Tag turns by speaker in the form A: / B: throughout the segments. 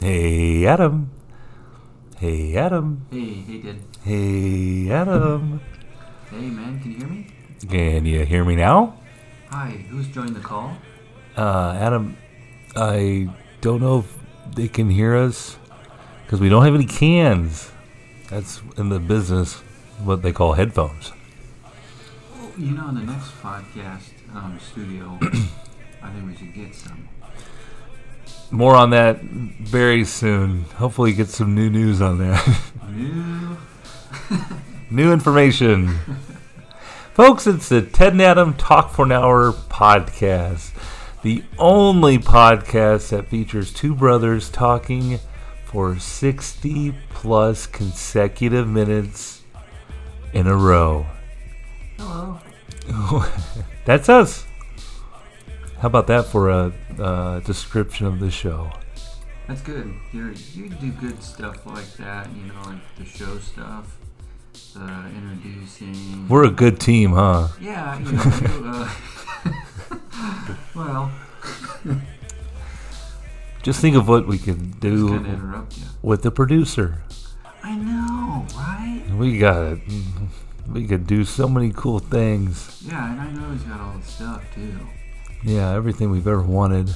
A: Hey, Adam. Hey, Adam.
B: Hey, hey, Dad.
A: Hey, Adam.
B: Hey, man, can you hear me?
A: Can you hear me now?
B: Hi, who's joined the call?
A: Uh, Adam, I don't know if they can hear us because we don't have any cans. That's in the business what they call headphones.
B: Oh, You know, in the next podcast um, studio, I think we should get some.
A: More on that very soon. Hopefully, get some new news on that.
B: New.
A: new information. Folks, it's the Ted and Adam Talk for an Hour podcast, the only podcast that features two brothers talking for 60 plus consecutive minutes in a row.
B: Hello.
A: That's us. How about that for a uh, description of the show?
B: That's good. You're, you do good stuff like that, you know, like the show stuff, the introducing.
A: We're a good team, huh?
B: yeah, you know, you, uh, well,
A: Just think of what we could
B: just going to
A: do
B: interrupt you.
A: with the producer.
B: I know, right?
A: We got it. We could do so many cool things.
B: Yeah, and I know he's got all the stuff, too.
A: Yeah, everything we've ever wanted.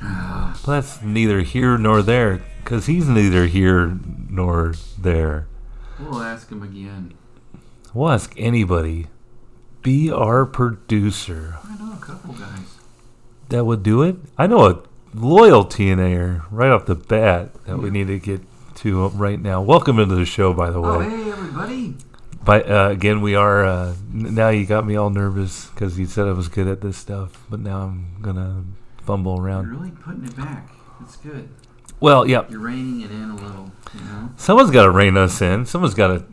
A: But that's neither here nor there, because he's neither here nor there.
B: We'll ask him again.
A: We'll ask anybody. Be our producer.
B: I know a couple guys.
A: That would do it. I know a loyal TNAer right off the bat that we need to get to right now. Welcome into the show, by the way.
B: Oh, hey, everybody.
A: But uh, again, we are. Uh, n- now you got me all nervous because you said I was good at this stuff, but now I'm gonna fumble
B: You're
A: around.
B: really putting it back. That's good.
A: Well, yeah,
B: You're reining it in a little, you know?
A: someone's got to rein us in. Someone's got to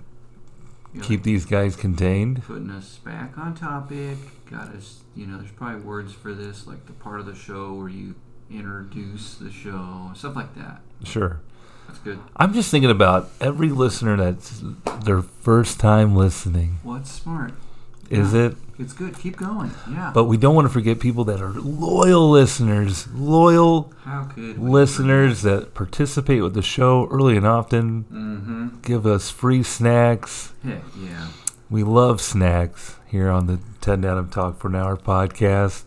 B: You're
A: keep these guys contained.
B: like putting us back on topic. Got us, you know, there's probably words for this, like the part of the show where you introduce the show, stuff like that.
A: Sure.
B: That's good.
A: I'm just thinking about every listener that's their first time listening.
B: What's smart?
A: Is it?
B: It's good. Keep going. Yeah.
A: But we don't want to forget people that are loyal listeners, loyal
B: How could we?
A: listeners that participate with the show early and often,
B: Mm-hmm.
A: give us free snacks.
B: Heck yeah.
A: We love snacks here on the Ted and Adam Talk for an Hour podcast.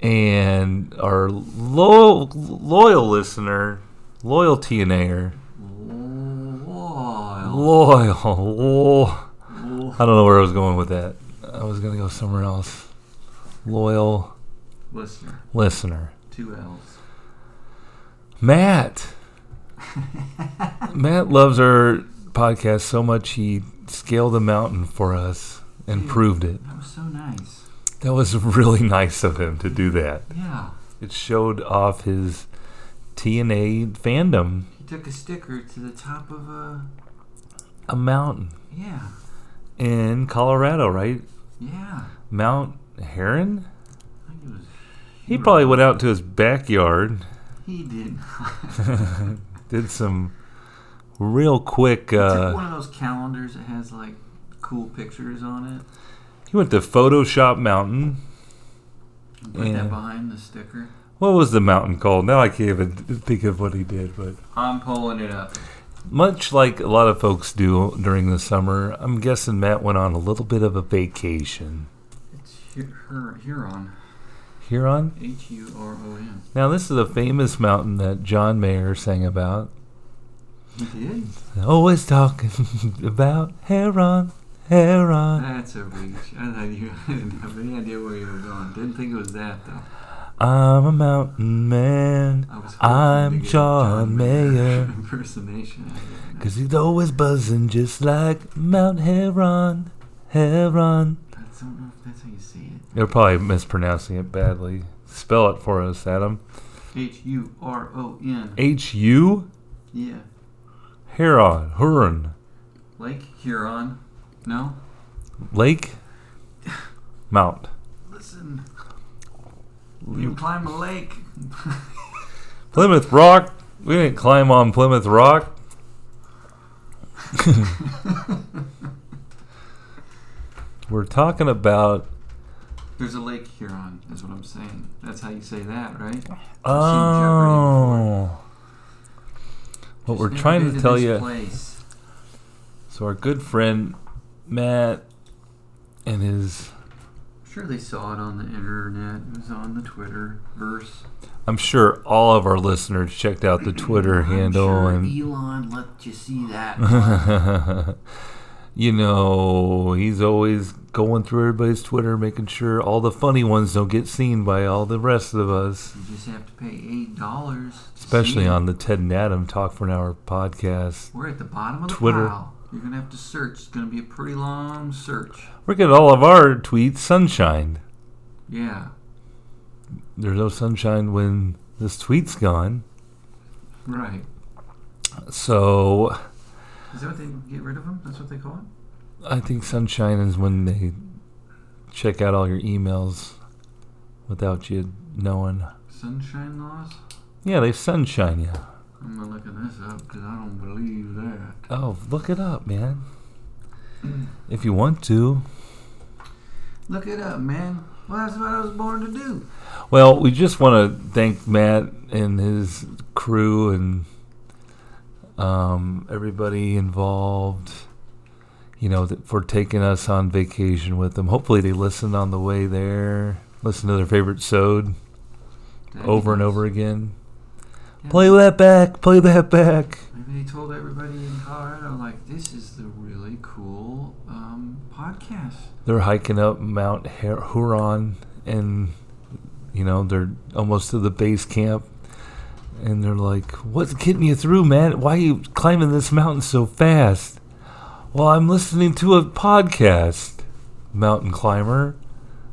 A: And our loyal, loyal listener, loyal TNAer,
B: Loyal.
A: loyal. lo-
B: Lo-
A: I don't know where I was going with that. I was going to go somewhere else. Loyal
B: Listener.
A: listener.
B: Two L's.
A: Matt. Matt loves our podcast so much he scaled a mountain for us and
B: Dude.
A: proved it.
B: That was so nice.
A: That was really nice of him to do that.
B: Yeah.
A: It showed off his TNA fandom,
B: He took a sticker to the top of a.
A: a mountain
B: Yeah.
A: in Colorado, right?
B: Yeah.
A: Mount Heron?
B: I think it was.
A: He probably went out to his backyard,
B: He did.
A: did some real quick.
B: took
A: Uh,
B: one of those calendars that has like cool pictures on it.
A: he went to Photoshop Mountain.
B: And put
A: Yeah.
B: that behind the sticker.
A: What was the mountain called? Now I can't even think of what he did, but
B: I'm pulling it up.
A: much like a lot of folks do during the summer, I'm guessing Matt went on a little bit of a vacation.
B: It's Hur- Huron.
A: Huron?
B: H U R O N.
A: Now, this is a famous mountain that John Mayer sang about.
B: He did?
A: Always talking about Heron, Heron.
B: That's a reach. I thought you I didn't have any idea where you were going. Didn't think it was that though.
A: I'm a mountain man,
B: I was hoping
A: I'm
B: to get a
A: John Mayer.
B: impersonation. out of it.
A: 'cause he's always buzzing just like Mount Heron, Heron.
B: I don't know if that's how you say it.
A: You're probably mispronouncing it badly. Spell it for us, Adam.
B: H U R O N.
A: H U
B: Yeah.
A: Heron, Huron.
B: Lake Huron. No?
A: Lake, Mount.
B: Listen. You can climb a lake.
A: Plymouth Rock. We didn't climb on Plymouth Rock. We're talking about.
B: There's a lake Huron, is what I'm saying. That's how you say that, right?
A: Oh. What
B: Just
A: we're
B: never
A: trying
B: been
A: to tell
B: this
A: you.
B: Place.
A: So our good friend Matt and his
B: I'm sure they saw it on the internet. It was on the Twitter verse.
A: I'm sure all of our listeners checked out the Twitter handle
B: sure
A: and
B: Elon let you see that.
A: you know, he's always going through everybody's Twitter, making sure all the funny ones don't get seen by all the rest of us.
B: you just have to pay eight dollars.
A: Especially on the Ted and Adam Talk for an Hour podcast.
B: We're at the bottom of the
A: Twitter.
B: pile. You're gonna have to search. It's gonna be a pretty long search.
A: We're getting all of our tweets sunshine.
B: Yeah.
A: There's no sunshine when this tweet's gone.
B: Right.
A: So
B: Is that what they get rid of them? That's what they call it.
A: I think sunshine is when they check out all your emails without you knowing.
B: Sunshine laws.
A: Yeah, they sunshine you.
B: I'm not looking this up because I don't believe that.
A: Oh, look it up, man. If you want to.
B: Look it up, man. Well, that's what I was born to do.
A: Well, we just want to thank Matt and his crew and um, everybody involved, you know, th- for taking us on vacation with them. Hopefully, they listened on the way there, listen to their favorite sode
B: That'd
A: over
B: be
A: and
B: nice.
A: over again.
B: Yeah.
A: Play that back, play that back.
B: Maybe they told everybody in Colorado, like, this is the really cool um, podcast.
A: They're hiking up Mount Her- Huron and, you know, they're almost to the base camp. And they're like, What's getting you through, man? Why are you climbing this mountain so fast? Well, I'm listening to a podcast, Mountain Climber.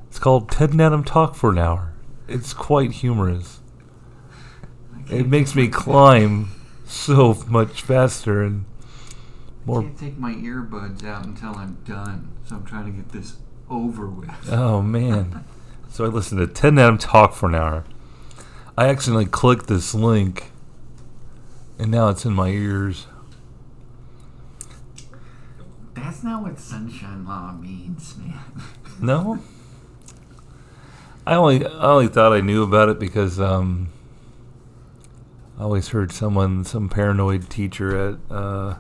A: It's called Ted and Adam Talk for an Hour. It's quite humorous.
B: I
A: It
B: can't-
A: makes me climb so much faster and
B: I
A: more.
B: can't take my earbuds out until I'm done, so I'm trying to get this over with.
A: Oh man. So I listened to Ted and Adam talk for an hour. I accidentally clicked this link and now it's in my ears.
B: That's not what sunshine law means, man.
A: No? I only I only thought I knew about it because um I always heard someone some paranoid teacher at uh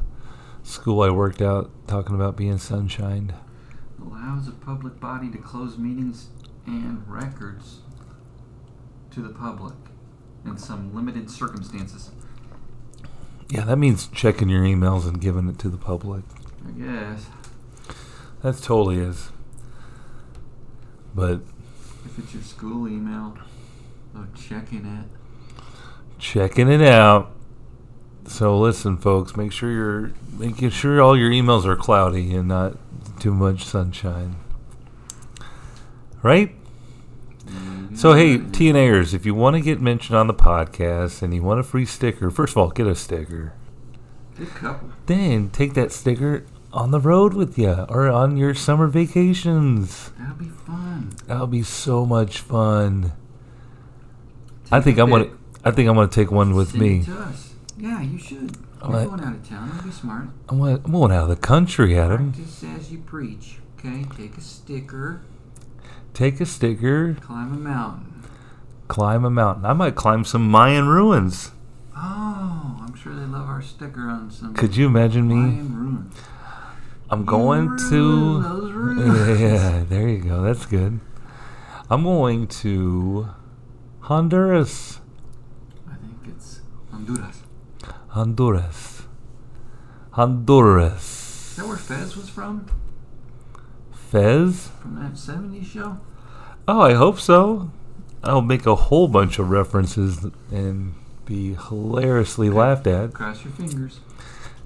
A: school I worked out talking about being sunshined.
B: Allows a public body to close meetings and records to the public in some limited circumstances.
A: Yeah, that means checking your emails and giving it to the public.
B: I guess
A: That's totally is. But
B: if it's your school email, though checking it.
A: checking it out. So listen, folks, make sure you're making sure all your emails are cloudy and not too much sunshine. Right? So hey,
B: Mm-hmm.
A: TNAers, if you want to get mentioned on the podcast and you want a free sticker, first of all, get a sticker.
B: Good couple.
A: Then take that sticker on the road with you or on your summer vacations.
B: That'll be fun.
A: That'll be so much fun. I think I'm gonna
B: Take
A: I think I'm gonna take one with
B: Send
A: me.
B: It to us. Yeah, you should. You're
A: Alright.
B: going out of town. That'd be smart.
A: I'm going I'm going out of the country, Adam.
B: Practice as you preach. Okay, take a sticker,
A: Take a sticker,
B: climb a mountain.
A: climb a mountain. I might climb some Mayan ruins.
B: Oh, I'm sure they love our sticker on some.
A: Could you imagine me?
B: Mayan ruins.
A: I'm going
B: Ruin
A: to.
B: Those ruins.
A: Yeah, there you go. That's good. I'm going to Honduras.
B: I think it's Honduras.
A: Honduras. Honduras.
B: Is that where Fez was from?
A: Fez?
B: From that 70s show?
A: Oh, I hope so. I'll make a whole bunch of references and be hilariously laughed at.
B: Cross your fingers.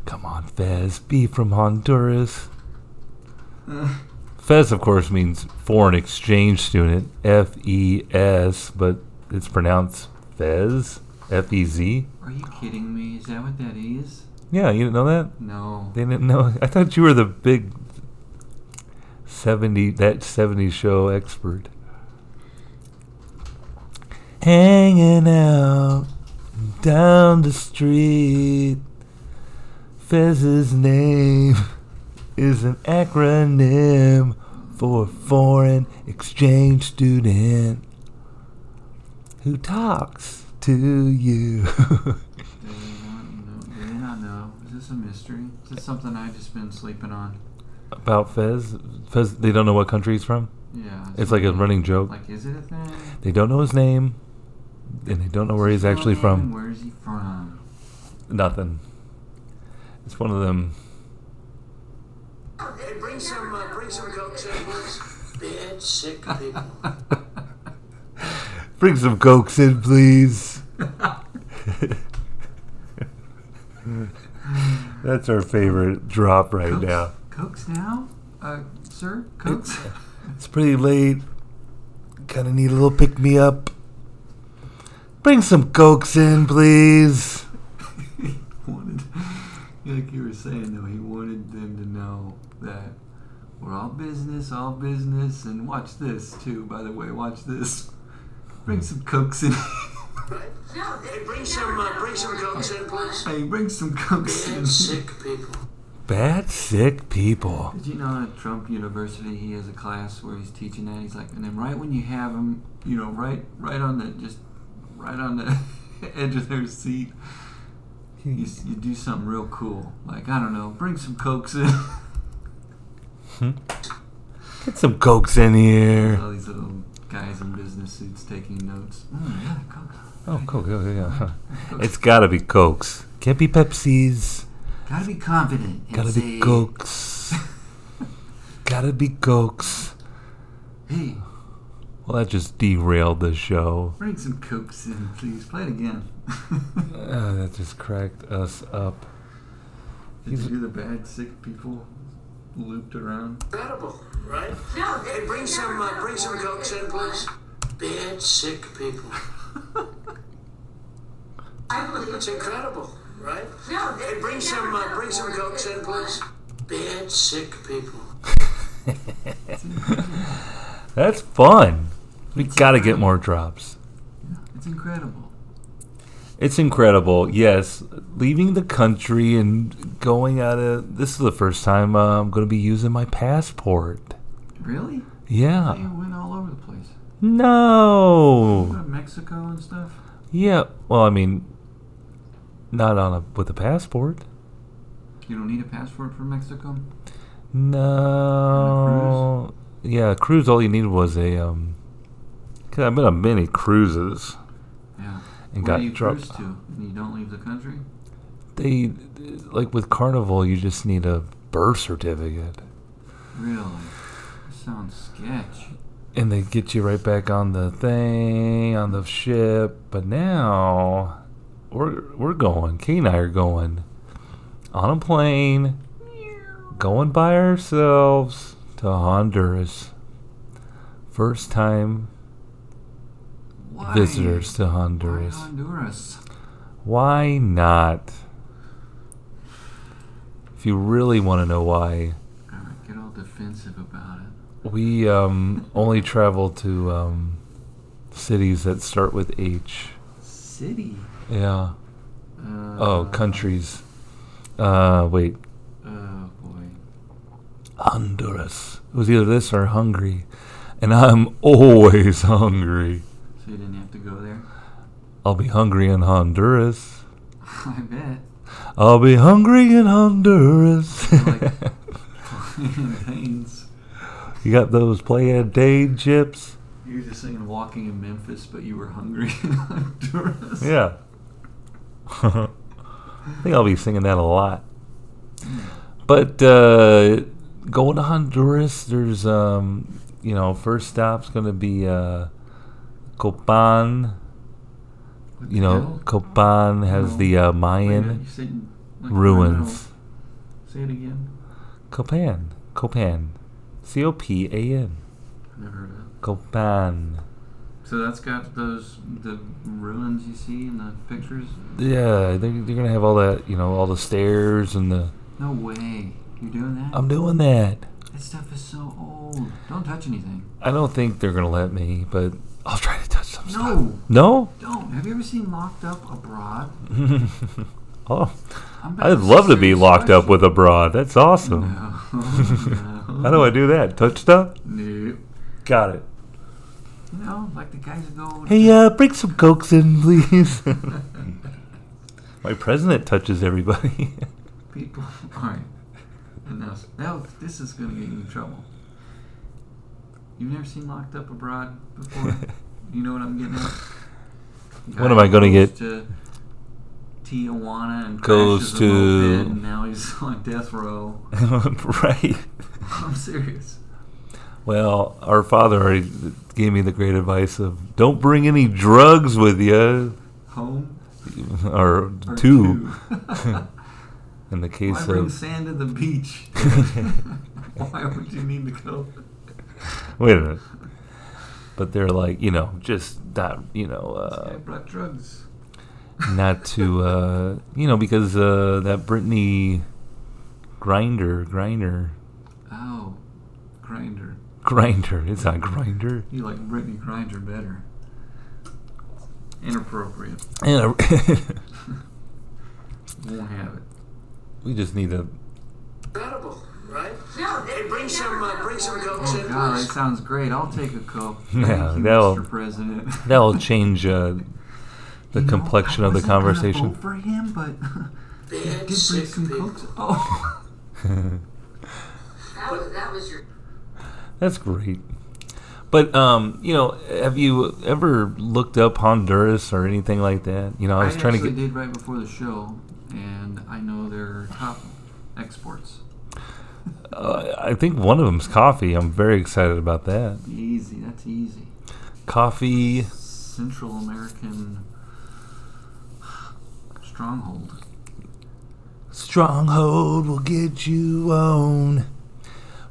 A: Come on, Fez. Be from Honduras. Uh. Fez, of course, means foreign exchange student. F E S, but it's pronounced Fez. F E Z.
B: Are you kidding me? Is that what that is?
A: Yeah, you didn't know that?
B: No.
A: They didn't know. I thought you were the big 70, that 70 show expert. Hanging out down the street. Fez's name is an acronym for foreign exchange student who talks to you.
B: They want, no, they know. Is this a mystery? Is this something I just been sleeping on?
A: About Fez? Fez, they don't know what country he's from?
B: Yeah.
A: It's like a
B: something-
A: running joke.
B: Like, is it a thing?
A: They don't know his name, and they don't know where he's actually from.
B: Where is he from?
A: Nothing. It's one of them.
C: Hey, bring some, uh, bring some coke samples. Bad, sick people.
A: Bring some cokes in, please. That's our favorite drop right
B: Cokes?
A: now.
B: Cokes now? Uh, sir? Cokes?
A: It's pretty late. Kind of need a little pick me up. Bring some cokes in, please.
B: he wanted, like you were saying though, he wanted them to know that we're all business, all business, and watch this too. By the way, watch this. Bring some cokes in.
C: Right? Hey, bring some, uh, bring some coke samples.
B: hey, bring some cokes in.
C: Bad, sick people.
A: Bad, sick people.
B: Did you know at Trump University he has a class where he's teaching that? He's like, and then right when you have them, you know, right, right on the just, right on the edge of their seat, you, s- you do something real cool. Like I don't know, bring some cokes in.
A: Get some cokes in here.
B: All these little guys in business suits taking notes. Mm, yeah, coke.
A: Oh, coke, yeah, yeah.
B: Coke.
A: It's gotta be cokes. Can't be Pepsis.
B: gotta be confident. and
A: Gotta
B: say,
A: be cokes. gotta be cokes.
B: Hey,
A: Well, that just derailed the show.
B: bring some cokes in, please. Play it again.
A: Uh, that just cracked us up.
B: Did you hear the bad sick people looped around?
C: Edible, right? Hey, bring some, uh, bring some coke samples. Bad, sick people. It's incredible, right? Hey, bring some, uh, bring some coke samples. Bad, sick people.
A: That's fun. We gotta get more drops.
B: It's incredible.
A: It's incredible. Yes, leaving the country and going out of this is the first time uh, I'm gonna be using my passport.
B: Really? They
A: Yeah.
B: went all over the place. Go
A: No.
B: to Mexico and stuff.
A: Yeah. Well, I mean, not on a with a passport.
B: You don't need a passport for Mexico.
A: No. Yeah, a cruise. All you needed was a um. Cause I've been on many cruises.
B: Yeah.
A: And got
B: Where do you
A: dropped.
B: cruise to, and you don't leave the country.
A: They like with Carnival, you just need a birth certificate,
B: Really? Sounds sketch.
A: and they get you right back on the thing on the ship. But now, we're we're going. Kate and I are going on a plane, going by ourselves to Honduras. First time
B: Why?
A: visitors to
B: Why
A: Honduras.
B: Honduras.
A: Why not? If you really want to know why,
B: All right, get all defensive about it.
A: we um, only travel to um, cities that start with H.
B: City.
A: Yeah.
B: Uh,
A: Oh, countries. Uh, wait.
B: Oh boy.
A: Honduras. It was either this or Hungary. And I'm always hungry.
B: So you didn't have to go there.
A: I'll be hungry in Honduras.
B: I bet.
A: I'll be hungry in Honduras.
B: Like- Plains.
A: you got those plantain chips?
B: You were just singing "Walking in Memphis," but you were hungry in Honduras.
A: Yeah. I think I'll be singing that a lot.
B: Hmm.
A: But uh, going to Honduras, there's um, you know, first stop's gonna be uh, Copan.
B: What
A: You
B: the
A: know,
B: hell?
A: Copan has
B: No.
A: the uh,
B: Wait a minute,
A: Mayan
B: you said- like,
A: ruins.
B: no. Say it again.
A: Copan, Copan, C O P A N,
B: Never heard of it.
A: Copan.
B: So that's got those the ruins you see in the pictures.
A: Yeah, they're, they're gonna have all that, you know, all the stairs and the.
B: No way, you're doing that.
A: I'm doing that.
B: That stuff is so old. Don't touch anything.
A: I don't think they're gonna let me, but I'll try to touch some stuff.
B: No,
A: No.
B: don't. Have you ever seen Locked Up Abroad?
A: oh,
B: I'm back
A: I'd
B: to
A: love to be
B: serious
A: locked up
B: question.
A: with a broad. That's
B: No.
A: awesome.
B: no.
A: How do I do that? Touch stuff?
B: Nope.
A: Got it.
B: You know, like the guys that go.
A: Hey, uh, bring some cokes in, please. My president touches everybody.
B: people. All right. And now, now this is going to get you in trouble. You've never seen Locked Up Abroad before? you know what I'm getting at?
A: When am I gonna
B: goes
A: get-
B: To Tijuana and
A: Goes
B: goes
A: to-
B: to. and now he's on death row.
A: right.
B: I'm serious.
A: Well, our father already gave me the great advice of don't bring any drugs with you,
B: Home
A: or,
B: or
A: two,
B: two?
A: in the case of
B: Why bring sand to the beach? Why would you need to go?
A: Wait a minute. But they're like, you know, just not, you know,
B: I
A: uh,
B: brought drugs.
A: not to, uh, you know, because uh, that Britney grinder, grinder,
B: Oh, grinder.
A: grinder. It's not grinder.
B: You like Britney Grinder better. Inappropriate.
A: And, uh,
B: Won't have it.
A: we just need to.
C: Incredible, right? Yeah. Hey, bring some, uh, bring some coke
B: Oh
C: in,
B: God,
C: please.
B: that sounds great. I'll take a coke.
A: Yeah,
B: Thank you,
A: that'll-
B: Mr. President.
A: That'll change uh, the
B: You know,
A: complexion
B: I
A: of the
B: wasn't gonna
A: conversation.
B: vote for him, but he
C: Bad
B: did bring
C: sick
B: some
C: people.
B: coke. Oh,
D: That was, that was your.
A: That's great. But um, you know, have you ever looked up Honduras or anything like that? You know, I was trying to
B: actually
A: get.
B: did right before the show, and I know their top exports.
A: Uh, I think one of them's coffee. I'm very excited about that.
B: Easy, that's easy.
A: Coffee.
B: Central American stronghold.
A: Stronghold will get you on.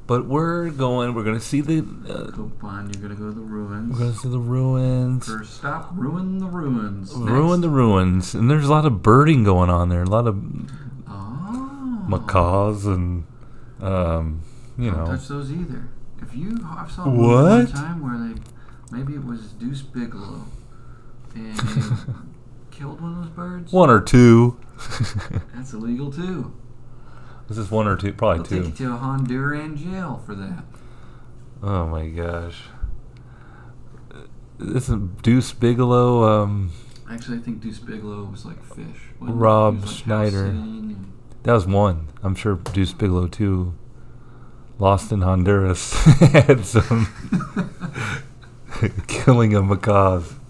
A: But we're going. We're gonna see the. Uh,
B: Copan, you're gonna go to the
A: we're gonna
B: ruins.
A: see the ruins.
B: First stop, ruin the ruins.
A: Ruin the
B: Next.
A: ruins, and there's a lot of birding going on there. A lot of
B: Oh.
A: macaws and, um, you
B: Don't
A: know,
B: touch those either. If you, I saw one
A: What?
B: one time where they, maybe it was Deuce Bigelow, and they killed one of those birds.
A: one or two.
B: That's illegal too.
A: this is one or two,
B: They'll
A: probably
B: take you
A: two.
B: to a Honduran jail for that.
A: Oh my gosh. This is Deuce Bigelow. Um,
B: Actually, I think Deuce Bigelow was like fish. wasn't he? He
A: Rob
B: was, like, house
A: Schneider.
B: sitting and-
A: That was one. I'm sure Deuce Bigelow too. Lost in Honduras had some killing of macaws.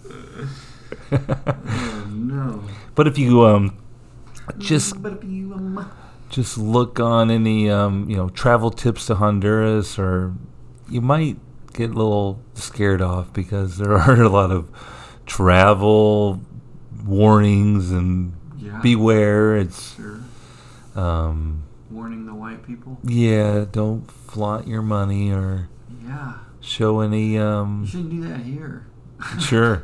B: Oh no.
A: but if you um just
B: But if you, um,
A: just look on any um you know travel tips to Honduras or you might get a little scared off because there are a lot of travel warnings and
B: yeah,
A: beware it's
B: sure.
A: um
B: Warning the white people.
A: yeah don't flaunt your money or
B: Yeah,
A: show any
B: you
A: um
B: shouldn't do that here.
A: sure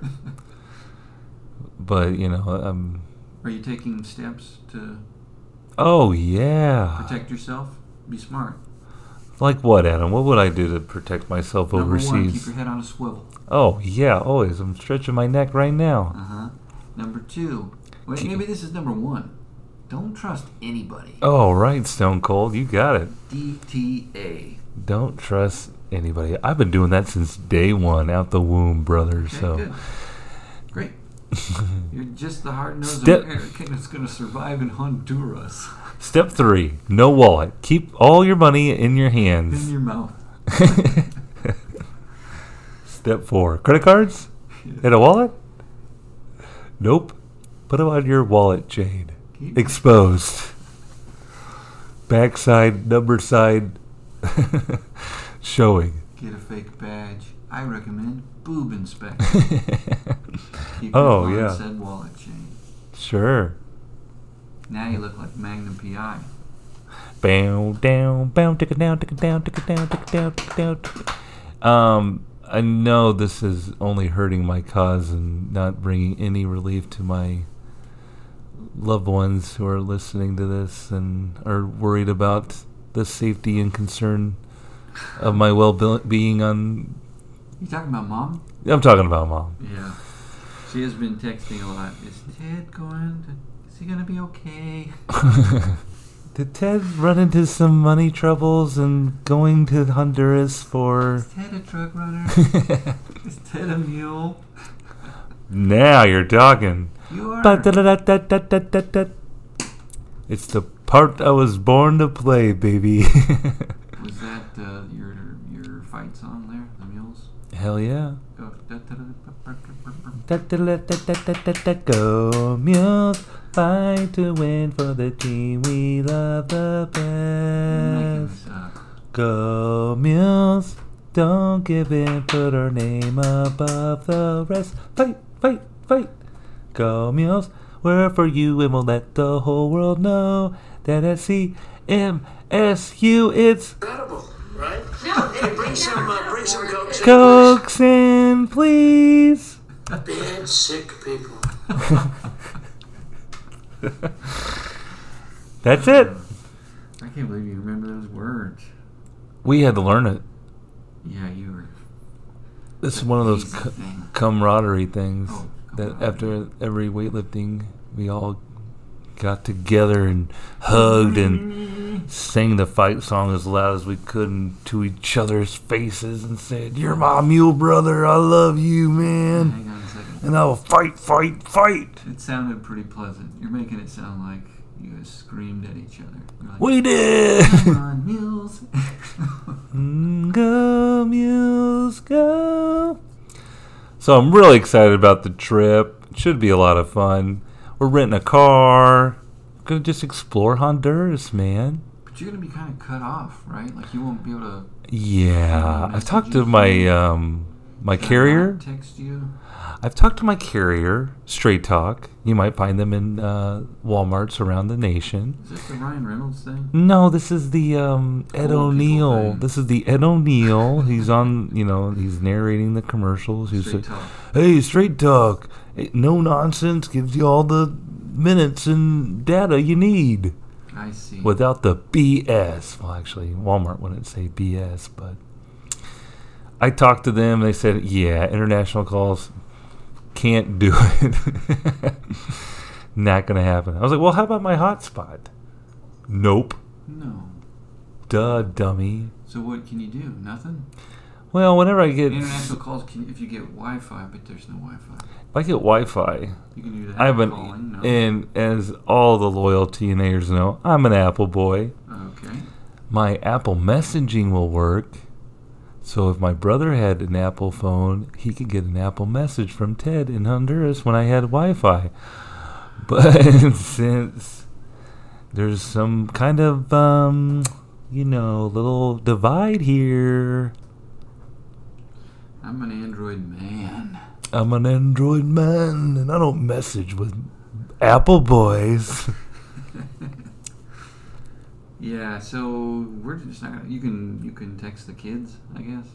A: but you know um
B: Are you taking steps to
A: oh yeah
B: protect yourself? Be smart.
A: like what adam what would i do to protect myself
B: Number one,
A: overseas
B: keep your head on a swivel.
A: oh yeah always i'm stretching my neck right now
B: Uh huh. Number two, wait,
A: Keep-
B: maybe this is number one. Don't trust anybody.
A: oh right stone cold you got it
B: DTA.
A: don't trust anybody i've been doing that since day one out the womb brother
B: Okay,
A: so
B: good. Great. You're just the hard nosed
A: Step-
B: American that's going to survive in Honduras.
A: step three no wallet keep all your money in your
B: In
A: hands
B: your mouth.
A: Step four credit cards and a wallet? Nope. Put them on your wallet chain.
B: Keep-
A: Exposed. Backside, number side showing.
B: Get a fake badge. I recommend boob inspector. Keep
A: Oh,
B: your
A: yeah.
B: Said wallet chain.
A: sure.
B: Now you look like Magnum PI.
A: Bow down, bow, tick it down, tick it down, tick it down, tick it down, tick it down. tick it- Um, I know this is only hurting my cause and not bringing any relief to my loved ones who are listening to this and are worried about the safety and concern of my well-being. On
B: You talking about mom?
A: I'm talking about mom.
B: Yeah. She has been texting a lot. Is Ted going to. Is he going to be okay?
A: Did Ted run into some money troubles and going to Honduras for?
B: Is Ted a drug runner? Is Ted a mule?
A: now you're talking.
B: You are.
A: Ba-da-da-da-da-da-da-da. It's the part I was born to play, baby.
B: Was that uh, your your fight song there, the mules?
A: Hell yeah.
B: Go. da-da-da-da-da-da-da-da-da.
A: Go mules, fight to win for the team we love the
B: I'm making
A: best.
B: this up.
A: Go mules, don't give in, put our name above the rest. Fight, fight, fight. Go mules, we're for you and we'll let the whole world know that E at CMSU it's
C: Incredible, right? Hey, bring some, uh, bring some cokes in,
A: Cokes in, please.
C: please. Bad sick people.
A: That's it.
B: I can't believe you remember those words.
A: We had to learn it.
B: Yeah, you were.
A: This is one of those
B: Easy
A: co-
B: thing.
A: camaraderie things
B: Oh,
A: that
B: camaraderie.
A: after every weightlifting, we all got together and hugged and sang the fight song as loud as we could and to each other's faces and said, "You're my mule brother. I love you, man,
B: Hang on a second.
A: and I will fight, fight, fight."
B: It sounded pretty pleasant. You're making it sound like you guys screamed at each other. You're like,
A: We did.
B: Come on, mules.
A: Mm, Go mules, go. So I'm really excited about the trip. It should be a lot of fun. We're renting a car. Gonna just explore Honduras, man.
B: but you're gonna be kind of cut off, right? Like you won't be able to.
A: Yeah, I've talked to my um my
B: Can I
A: carrier.
B: Text you.
A: I've talked to my carrier. Straight Talk. You might find them in uh, Walmarts around the nation.
B: Is this the Ryan Reynolds thing?
A: No, this is the um, Ed
B: people
A: O'Neill.
B: thing.
A: This is the Ed O'Neill. he's on, you know, he's narrating the commercials. He's
B: Straight
A: like,
B: talk.
A: "Hey, straight talk, Eh, no nonsense, gives you all the minutes and data you need
B: I see.
A: without the BS." Well, actually, Walmart wouldn't say BS, but I talked to them. They said, "Yeah, international calls can't do it. Not gonna happen." I was like, "Well, how about my hotspot?" Nope.
B: No.
A: Duh, dummy.
B: So what can you do? Nothing.
A: Well, whenever I get
B: International calls can if you get Wi-Fi, but there's no Wi-Fi.
A: if I get Wi-Fi,
B: You can do that.
A: I've been
B: calling. No.
A: and as all the loyal TNAers know, I'm an Apple boy.
B: okay.
A: My Apple messaging will work. So if my brother had an Apple phone, he could get an Apple message from Ted in Honduras when I had Wi-Fi. But since there's some kind of um, you know, little divide here,
B: I'm an Android man.
A: I'm an Android man and I don't message with Apple boys.
B: Yeah. So we're just not. Gonna, you can you can text the kids, I guess.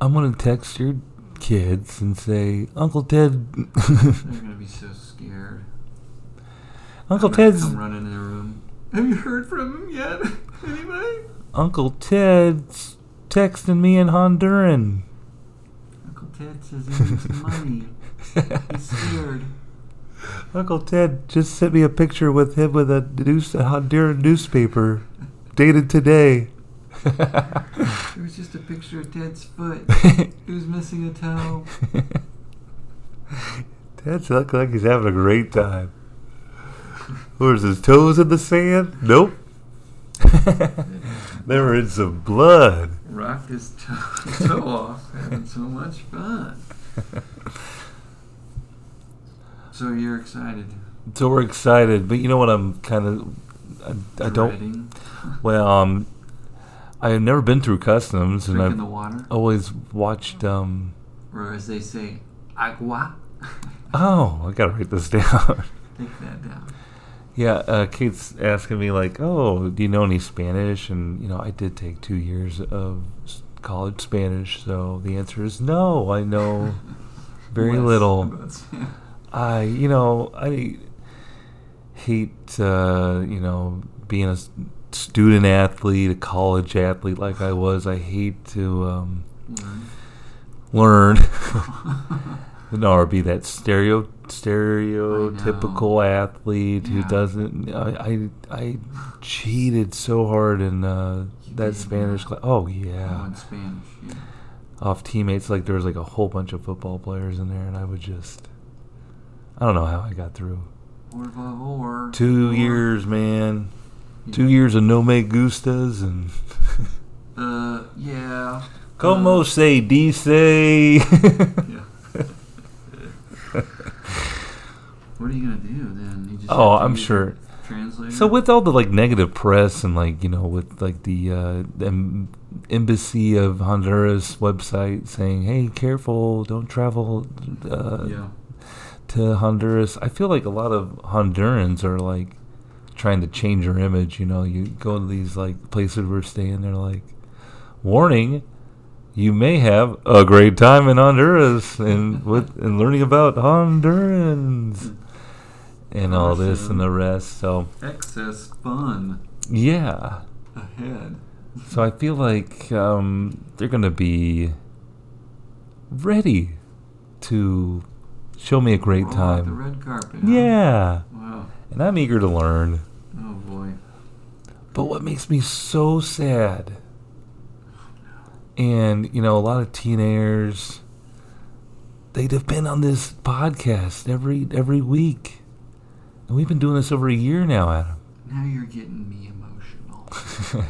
A: I'm gonna text your kids and say, Uncle Ted,
B: They're gonna be so scared.
A: Uncle
B: I'm gonna
A: Ted's,
B: Come run in their room. Have you heard from him yet? Anybody?
A: Uncle Ted's texting me in Honduran.
B: Uncle Ted says he needs money. He's scared.
A: Uncle Ted just sent me a picture with him with a news, a Honduran newspaper, dated today.
B: There was just a picture of Ted's foot. He was missing a toe.
A: Ted's look like he's having a great time. Where's his toes in the sand? Nope. they were in some blood.
B: Rocked his toe, toe off, having so much fun. So you're excited.
A: So we're excited, but you know what? I'm kind of. I, I don't.
B: Dreading,
A: Well, um, I have never been through customs, and
B: drinking
A: I've
B: the water,
A: always watched. Um,
B: or as they say, agua.
A: oh, I gotta write this down.
B: Take that down.
A: yeah, uh, Kate's asking me like, "Oh, do you know any Spanish?" And you know, I did take two years of s- college Spanish, so the answer is no. I know very
B: Less
A: little.
B: about Sam.
A: I, you know, I hate, uh, you know, being a s- student athlete, a college athlete like I was. I hate to um,
B: Learn.
A: learn. no, or be that stereo stereotypical athlete who
B: Yeah.
A: doesn't. I, I I cheated so hard in uh,
B: You
A: that
B: did,
A: Spanish
B: yeah.
A: class. Oh
B: Oh,
A: yeah,
B: in Spanish. Yeah.
A: off teammates. Like there was like a whole bunch of football players in there, and I would just. I don't know how I got through.
B: Por favor.
A: Two
B: Por-
A: years, man. Two years of no me gustas and
B: Uh, yeah.
A: como
B: Uh,
A: se dice.
B: yeah. what are you gonna do then? You just
A: Oh,
B: have to
A: I'm
B: use a
A: sure.
B: Translator.
A: so with all the like negative press and like you know with like the uh, em- embassy of Honduras website saying, "Hey, careful, don't travel uh,
B: Yeah.
A: to Honduras." I feel like a lot of Hondurans are like trying to change their image. You know, you go to these like places we're staying, they're like, "Warning." You may have a great time in Honduras and with and learning about Hondurans and all this and the rest. So,
B: Excess fun
A: yeah.
B: ahead.
A: So I feel like um, they're going to be ready to show me a great
B: Roll out The
A: time.
B: red carpet. huh?
A: Yeah.
B: Wow.
A: And I'm eager to learn.
B: Oh boy.
A: But what makes me so sad, and you know, a lot of teenagers, they depend on this podcast every every week, and we've been doing this over a year now, Adam.
B: Now you're getting me emotional.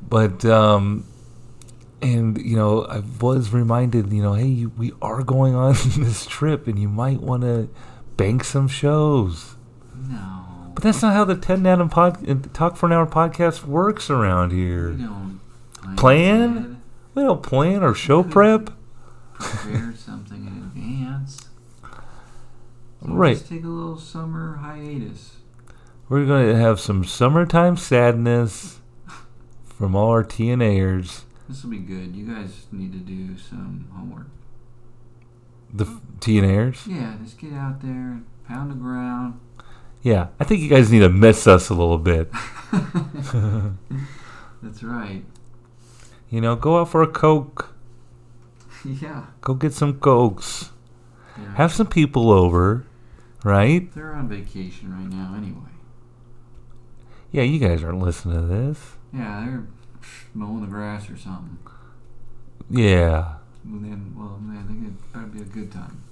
A: But um, and you know, I was reminded, you know, hey, you, we are going on this trip, and you might want to bank some shows.
B: No.
A: But that's not how the Ten Adam pod, uh, Talk for an Hour podcast works around here.
B: We don't
A: Plan?
B: ahead,
A: We don't plan or show prep.
B: Prepare something in advance. So
A: Right.
B: Just take a little summer hiatus.
A: We're going to have some summertime sadness from all our TNAers.
B: This will be good. You guys need to do some homework.
A: The f- TNAers?
B: Yeah, just get out there and pound the ground.
A: Yeah, I think you guys need to miss us a little bit.
B: That's right.
A: You know, go out for a Coke.
B: yeah.
A: Go get some Cokes.
B: they're-
A: Have some people over, right?
B: They're on vacation right now anyway.
A: Yeah, you guys aren't listening to this.
B: Yeah, they're mowing the grass or something.
A: Yeah,
B: And then, well, man, they could, that'd be a good time.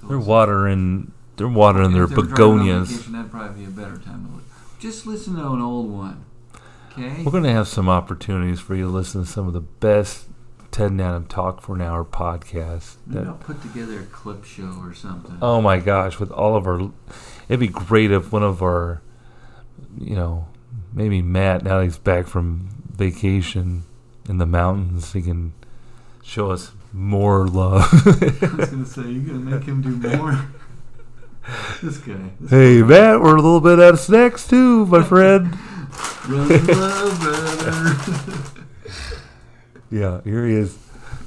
B: to
A: they're
B: listen.
A: watering. They're watering
B: If
A: their
B: they were driving on vacation,
A: begonias.
B: That'd probably be a better time to look. Just listen to an old one. Okay?
A: We're gonna have some opportunities for you to listen to some of the best Ted and Adam Talk for an Hour podcast.
B: Maybe
A: that-
B: I'll put together a clip show or something.
A: Oh my gosh, with all of our it'd be great if one of our you know, maybe Matt now that he's back from vacation in the mountains, he can show us more
B: I was
A: love.
B: going to say, you're going to make him do more. this guy. This
A: hey Matt, we're a little bit out of snacks too, my friend.
B: Run, love, brother.
A: yeah, here he is.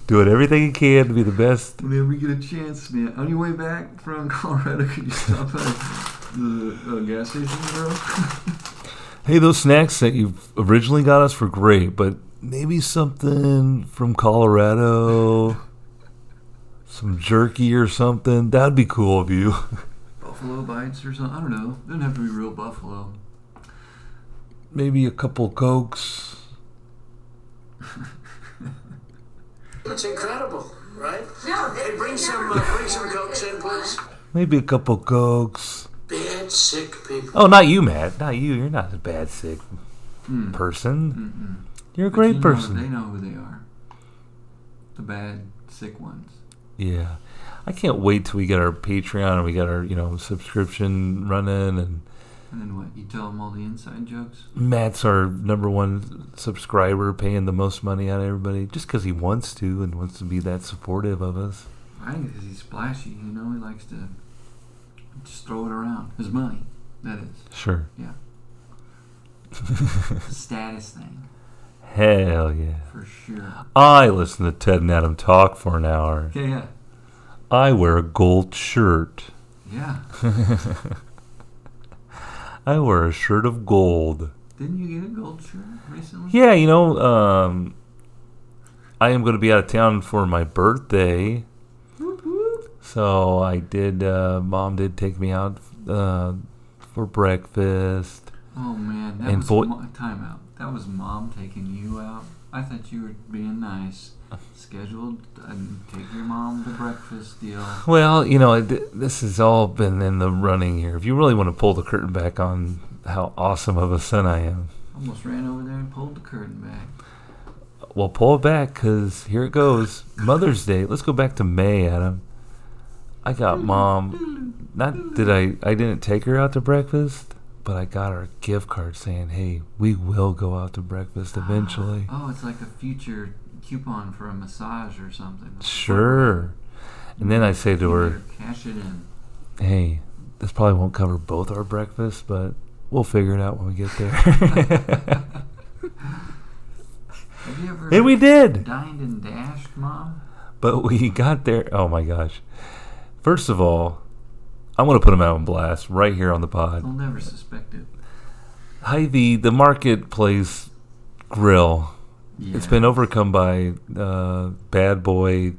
A: Doing everything he can to be the best.
B: Whenever you get a chance, man. On your way back from Colorado, could you stop at the uh, gas station, bro?
A: Hey, those snacks that you originally got us were great, but maybe something from Colorado, some jerky or something. That'd be cool of you.
B: buffalo bites or something. I don't know. Doesn't have to be real buffalo.
A: Maybe a couple cokes.
C: It's incredible, right? No. Hey, bring some, uh, bring some cokes in, please.
A: Maybe a couple cokes.
C: Bad sick people.
A: Oh, not you, Matt. Not you. You're not a bad sick person. You're a
B: Hmm. But
A: great
B: you know-
A: person.
B: They know who they are. The bad, sick ones.
A: Yeah. I can't wait till we get our Patreon and we got our, you know, subscription running and
B: And then what? You tell them all the inside jokes?
A: Matt's our number one subscriber, paying the most money out of everybody, just because he wants to and wants to be that supportive of us.
B: I think because he's splashy, you know? He likes to just throw it around. His money, that is.
A: Sure.
B: Yeah. It's a status thing,
A: Hell yeah.
B: for sure.
A: I listen to Ted and Adam talk for an hour.
B: Yeah, yeah.
A: I wear a gold shirt.
B: Yeah.
A: I wear a shirt of gold.
B: Didn't you get a gold shirt recently?
A: Yeah, you know, um, I am going to be out of town for my birthday.
B: Whoop, whoop.
A: So I did, uh, mom did take me out uh, for breakfast.
B: Oh man, that
A: And
B: was
A: boy-
B: mo- time out. That was mom taking you out I thought you were being nice. Scheduled, um, take your mom to breakfast deal.
A: Well, you know, it, this has all been in the running here. If you really want to pull the curtain back on how awesome of a son I am,
B: Almost ran over there and pulled the curtain back.
A: well, pull it back because here it goes. Mother's Day. Let's go back to May, Adam. I got mom. Not did I? I didn't take her out to breakfast, but I got her a gift card saying, "Hey, we will go out to breakfast eventually."
B: Oh, it's like a future coupon for a massage or something.
A: Sure. And then I say to her,
B: Here, Cash it in.
A: hey, this probably won't cover both our breakfasts, but we'll figure it out when we get there.
B: Have you ever
A: and we did.
B: dined and dashed, Mom?
A: But we got there. Oh my gosh. First of all, I'm going to put them out on blast right here on the pod.
B: They'll never suspect it.
A: Hy-Vee, the marketplace grill,
B: Yeah.
A: it's been overcome by uh, Bad Boy,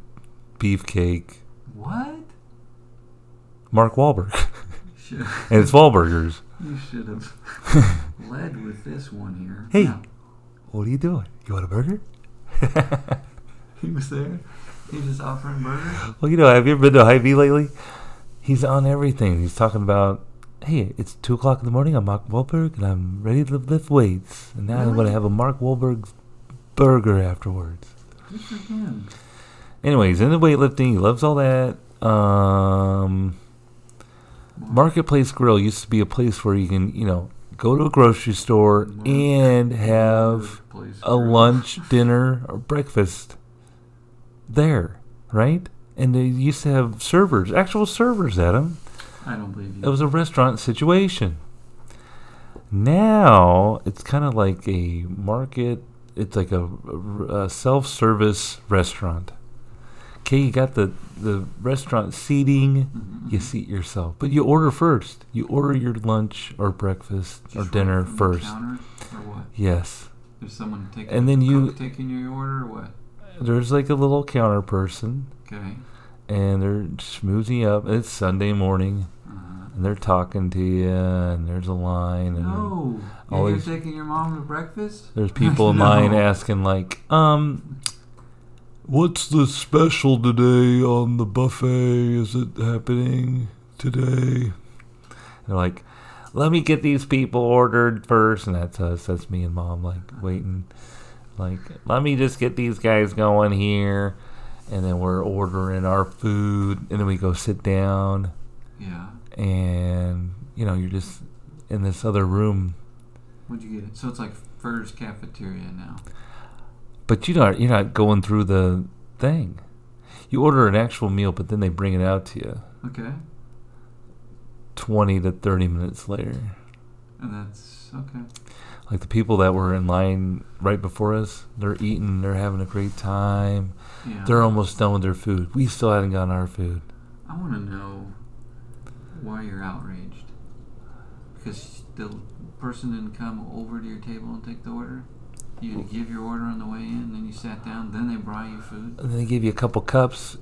A: Beefcake,
B: What?
A: Mark Wahlberg.
B: Should,
A: and it's Wahlburgers.
B: you should have led with this one here.
A: Hey.
B: Now,
A: What are you doing? You want a burger?
B: he was there. He just offering burgers.
A: Well, you know, have you ever been to Hy-Vee lately? He's on everything. He's talking about, hey, it's 2 o'clock in the morning. I'm Mark Wahlberg, and I'm ready to lift weights. And now I'm
B: Really?
A: going to have a Mark Wahlberg burger afterwards.
B: Good for him.
A: Anyways, into weightlifting. He loves all that. Um, Marketplace Grill used to be a place where you can, you know, go to a grocery store and have
B: Marketplace
A: a
B: grill.
A: lunch, dinner, or breakfast there, right? And they used to have servers, actual servers, Adam.
B: I don't believe you.
A: It was a restaurant situation. Now it's kind of like a market. It's like a, a- a self-service restaurant. Okay, you got the the restaurant seating.
B: Mhm,
A: You
B: mhm.
A: seat yourself, but you order first. You order your lunch or breakfast
B: Just
A: or
B: right
A: dinner
B: from the
A: first.
B: counter or what?
A: Yes,
B: There's someone taking
A: And then you-
B: cook taking your order or what?
A: there's like a little counter person,
B: Okay.
A: and they're schmoozing up. It's Sunday morning,
B: Uh-huh.
A: and they're talking to you, and there's a line. And
B: No. You're
A: Always-
B: here taking your mom to breakfast?
A: There's people in line
B: No.
A: asking like, um, what's the special today on the buffet? Is it happening today? They're like, let me get these people ordered first, and that's us. That's me and mom, like waiting, like let me just get these guys going here, and then we're ordering our food, and then we go sit down,
B: Yeah.
A: and you know you're just in this other room
B: What'd you get? So it's like Fur's cafeteria now.
A: But you don't. You're not going through the thing. You order an actual meal, but then they bring it out to you
B: Okay.
A: twenty to thirty minutes later.
B: And that's okay.
A: Like the people that were in line right before us, they're eating. They're having a great time.
B: Yeah.
A: They're almost done with their food. We still haven't gotten our food.
B: I want to know why you're outraged. Because the person didn't come over to your table and take the order. You had to give your order on the way in, then you sat down, then they brought you food.
A: And they give you a couple cups.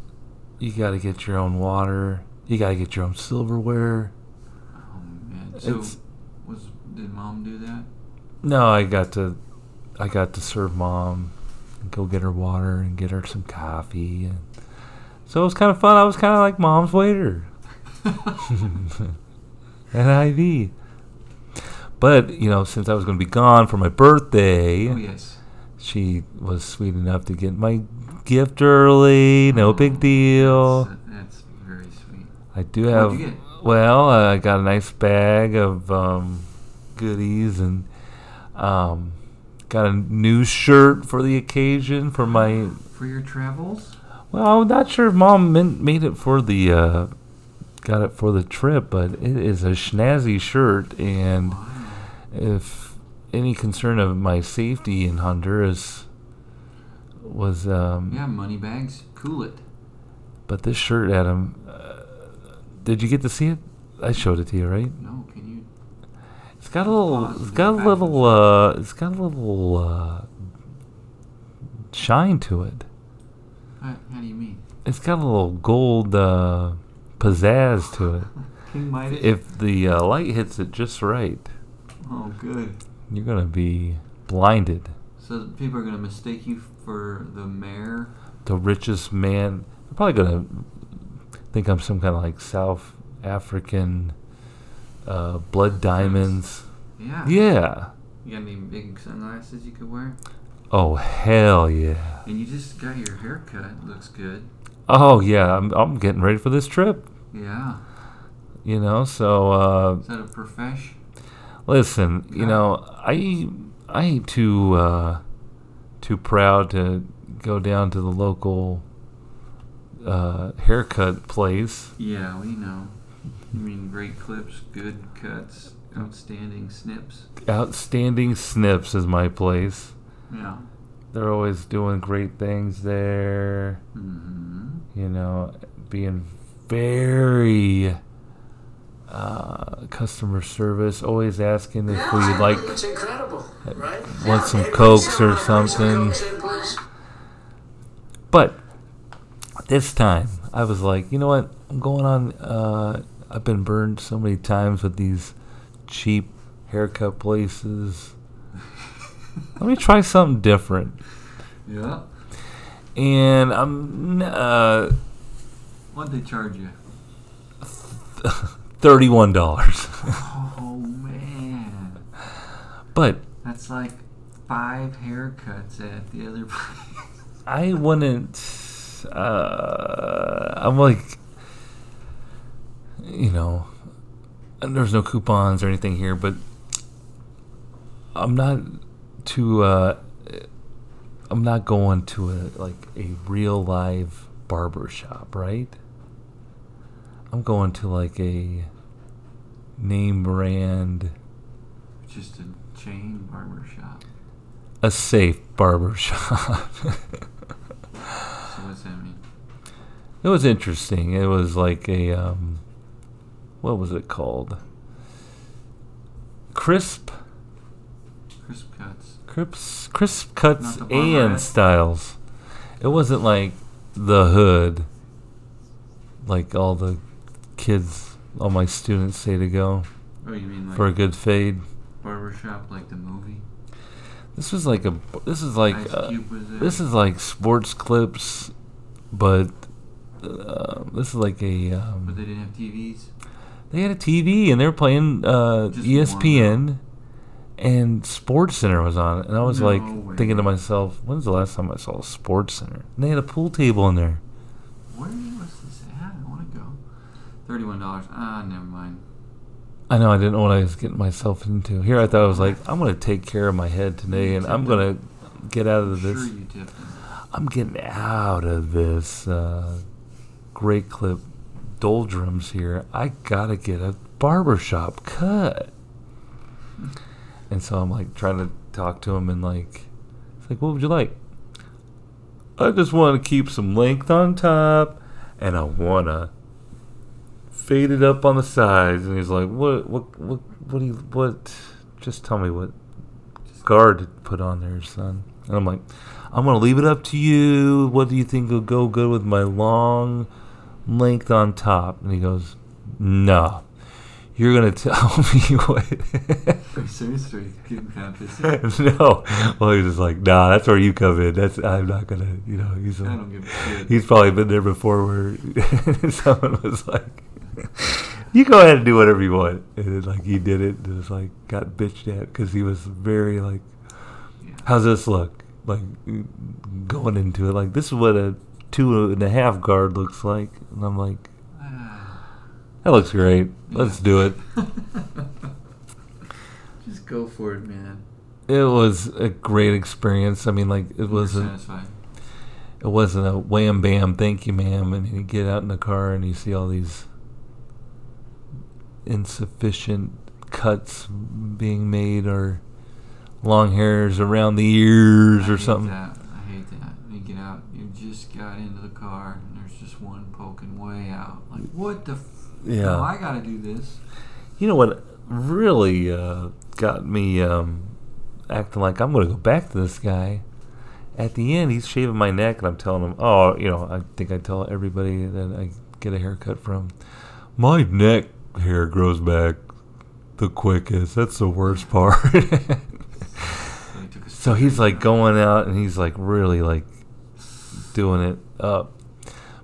A: You got to get your own water. You got to get your own silverware.
B: Oh man! So
A: It's-
B: was did mom do that?
A: No, I got to, I got to serve mom, and go get her water and get her some coffee, and so it was kind of fun. I was kind of like mom's waiter at IV. But you know, since I was going to be gone for my birthday,
B: Oh yes.
A: she was sweet enough to get my gift early. No big deal.
B: That's, that's very sweet.
A: I do have.
B: What'd you get?
A: Well, uh, I got a nice bag of um, goodies and um, got a new shirt for the occasion for my.
B: For your travels?
A: Well, I'm not sure if mom meant, made it for the. Uh, got it for the trip, but it is a schnazzy shirt. And if any concern of my safety in Honduras was. Um,
B: Yeah, money bags. Cool it.
A: But this shirt, Adam, uh, did you get to see it? I showed it to you, right?
B: No, can you?
A: It's got a little.
B: Pause
A: It's
B: the
A: got a
B: back
A: little. Uh, it's got a little uh, shine to it.
B: How, how do you mean?
A: It's got a little gold uh, pizzazz to it.
B: King Midas.
A: If the uh, light hits it just right,
B: oh, good.
A: you're gonna be blinded.
B: So people are going to mistake you for the mayor.
A: The richest man. They're probably going to think I'm some kind of like South African uh, blood diamonds.
B: Yeah.
A: Yeah.
B: You got any big sunglasses you could wear?
A: Oh, hell yeah.
B: And you just got your hair cut. Looks good.
A: Oh, yeah. I'm, I'm getting ready for this trip.
B: Yeah.
A: You know, so uh,
B: Is that a profesh?
A: listen, you
B: Yeah.
A: know, I I ain't too uh, too proud to go down to the local uh, haircut place.
B: Yeah, we know. You mean great clips, good cuts, outstanding snips.
A: Outstanding Snips is my place.
B: Yeah.
A: They're always doing great things there.
B: Mm-hmm.
A: you know, being very uh, customer service, always asking if we would like
C: It's incredible, right?
A: want some
C: Hey, bring
A: cokes or
C: uh, bring some
A: something.
C: Cokes in, please.
A: But this time, I was like, you know what? I'm going on. Uh, I've been burned so many times with these cheap haircut places. Let me try something different.
B: Yeah.
A: And I'm uh,
B: What'd they charge you?
A: thirty-one dollars.
B: Oh man,
A: but
B: that's like five haircuts at the other place.
A: I wouldn't. Uh, I'm like, you know, and there's no coupons or anything here, but I'm not too. Uh, I'm not going to a like a real live barber shop, right? I'm going to like a name brand,
B: Just a chain barber shop.
A: a safe barber shop.
B: So what's that mean?
A: It was interesting. It was like a um, what was it called? Crisp,
B: Crisp cuts.
A: crisp, crisp cuts
B: Not the barberette.
A: and styles. It wasn't like the hood, like all the kids, all my students say to go
B: Oh, you mean like
A: for a good fade.
B: barber shop, like the movie?
A: This was like a. This is like.
B: Ice
A: uh,
B: Cube was there.
A: This is like sports clips, but uh, this is like a. Um,
B: But they didn't have TVs.
A: They had a TV and they were playing uh,
B: Just
A: ESPN, and Sports Center was on it. And I was like
B: No way.
A: thinking to myself, when's the last time I saw a Sports Center? And they had a pool table in there.
B: Where was this at? I want to go. Thirty-one dollars. Ah, never mind.
A: I know I didn't know what I was getting myself into. Here I thought I was like, I'm gonna take care of my head today, and I'm gonna get out of
B: Sure,
A: this.
B: you tipped them.
A: I'm getting out of this uh, great clip doldrums here. I gotta get a barbershop cut. And so I'm like trying to talk to him and like, it's like, what would you like? I just want to keep some length on top and I want to fade it up on the sides. And he's like, what, what, what, what do you, what, just tell me what guard to put on there, son. And I'm like, I'm going to leave it up to you. What do you think will go good with my long length on top? And he goes, no. You're going to tell me what.
B: Seriously, getting competition.
A: no. Well, he's just like, nah, that's where you come in. That's I'm not gonna, you know. He's
B: I
A: like,
B: don't give a shit.
A: he's probably been there before where someone was like, you go ahead and do whatever you want, and then, like he did it, and it was like got bitched at because he was very like,
B: Yeah.
A: how's this look? Like going into it, like this is what a two and a half guard looks like, and I'm like,
B: Ah.
A: that looks great. Let's do it.
B: Just go for it, man.
A: It was a great experience. I mean, like it
B: You're
A: wasn't.
B: satisfied.
A: it wasn't a wham bam thank you ma'am and you get out in the car and you see all these insufficient cuts being made or long hairs around the
B: I
A: ears or
B: hate
A: something
B: That. I hate that. You get out. You just got into the car, and there's just one poking way out. Like what the? F-
A: Yeah.
B: No, I gotta do this.
A: you know what really uh, got me um, acting like i'm going to go back to this guy at the end he's shaving my neck and i'm telling him oh you know i think i tell everybody that i get a haircut from my neck hair grows back the quickest that's the worst part
B: So he took a
A: So he's like going out and he's like really like doing it up.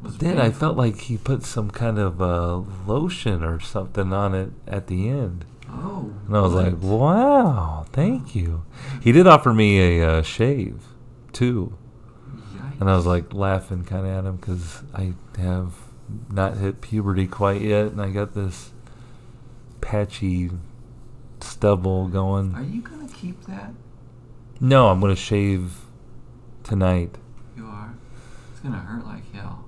B: Was
A: Then I
B: painful.
A: felt like he put some kind of uh, lotion or something on it at the end.
B: Oh.
A: And I was
B: what?
A: like, wow, thank you. He did offer me a uh, shave, too.
B: Yikes.
A: And I was like laughing kind of at him because I have not hit puberty quite yet. And I got this patchy stubble
B: Are
A: going.
B: you gonna keep that?
A: No, I'm going to shave tonight.
B: You are. It's gonna hurt like hell.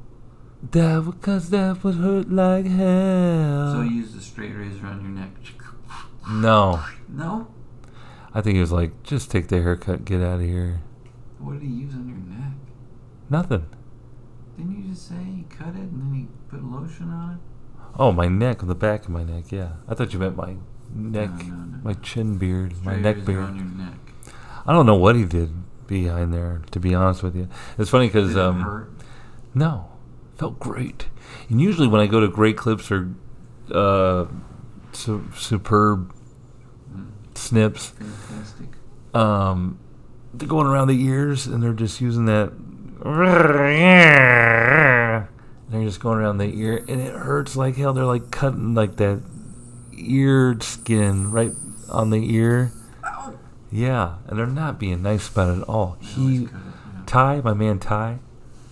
A: That because that would hurt like hell.
B: so you use the straight razor on your neck.
A: no,
B: No.
A: I think he was like, just take the haircut, get out of here.
B: What did he use on your neck?
A: Nothing.
B: Didn't you just say he cut it and then he put lotion on
A: Oh, my neck, the back of my neck. Yeah, I thought you meant my neck,
B: No, no, no.
A: my chin beard,
B: it?
A: my
B: Straight
A: neck
B: razor
A: beard.
B: on your neck.
A: I don't know what he did behind there. To be honest with you, it's funny because
B: Did it
A: um,
B: hurt?
A: no, felt great. And usually when I go to great clips or uh, su- superb
B: Mm,
A: snips,
B: fantastic.
A: um, they're going around the ears and they're just using that. They're just going around the ear and it hurts like hell. They're like cutting like that ear skin right on the ear.
B: Ow!
A: Yeah, and they're not being nice about it at all.
B: They always
A: He,
B: cut it, yeah.
A: Ty, my man Ty,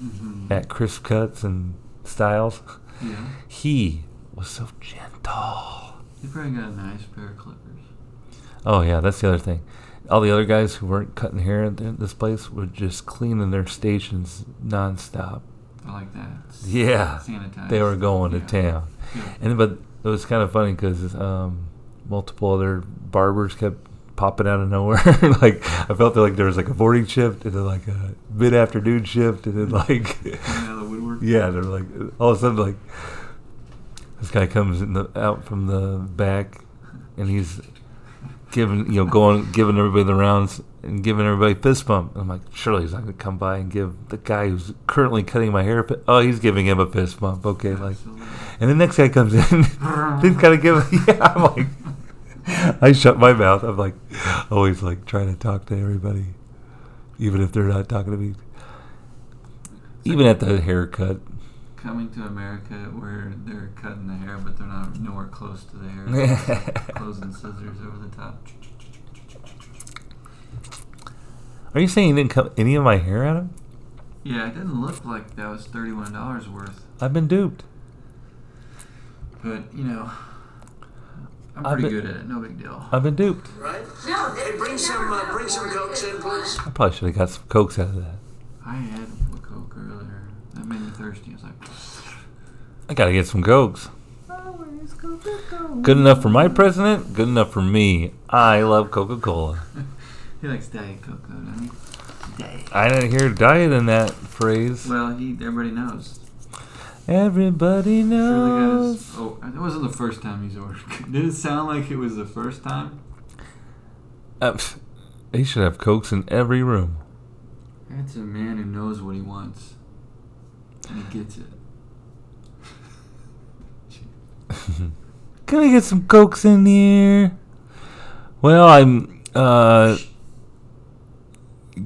B: Mhm.
A: at Crisp Cuts and Styles,
B: Yeah.
A: he was so gentle.
B: You probably got a nice pair of clippers.
A: Oh yeah, that's the other thing. All the other guys who weren't cutting hair at th- this place were just cleaning their stations nonstop.
B: I like that. S-
A: Yeah,
B: Sanitized.
A: they were going to
B: Yeah.
A: town,
B: Yeah.
A: and but it was kind of funny because um, multiple other barbers kept popping out of nowhere. like I felt like there was like a morning shift and then like a mid afternoon shift and then like
B: Coming out of the woodwork.
A: yeah, they're like all of a sudden like this guy comes in the, out from the back and he's giving you know going giving everybody the rounds and giving everybody fist bump. And I'm like, surely he's not gonna come by and give the guy who's currently cutting my hair. a fi- Oh, he's giving him a fist bump. Okay, like,
B: Absolutely.
A: and the next guy comes in, he's gotta give. Yeah, I'm like, I shut my mouth. I'm like, always like trying to talk to everybody, even if they're not talking to me. Even at the haircut.
B: Coming to America where they're cutting the hair, but they're not nowhere close to the hair. Closing scissors over the top.
A: Are you saying you didn't cut any of my hair, Adam?
B: Yeah, it didn't look like that was thirty-one dollars worth,
A: I've been duped.
B: but you know, I'm
A: I
B: pretty
A: bet-
B: good at it. No big deal.
A: I've been duped.
C: right? No. Hey, bring some, uh, bring some cokes in, please.
A: I probably should have got some cokes out of that.
B: I had a coke earlier. That made me thirsty. I was like,
A: I gotta get some cokes.
B: always Coca-Cola.
A: Good enough for my president. Good enough for me. I love Coca Cola.
B: He likes Diet Coke, though, doesn't he? Diet.
A: I didn't hear diet in that phrase.
B: Well, he everybody knows.
A: Everybody
B: Surely
A: knows.
B: guys. Oh, it wasn't the first time he's ordered. Did it sound like it was the first time?
A: Uh, pff, he should have cokes in every room.
B: That's a man who knows what he wants, and he gets it.
A: Can I get some cokes in here? Well, I'm uh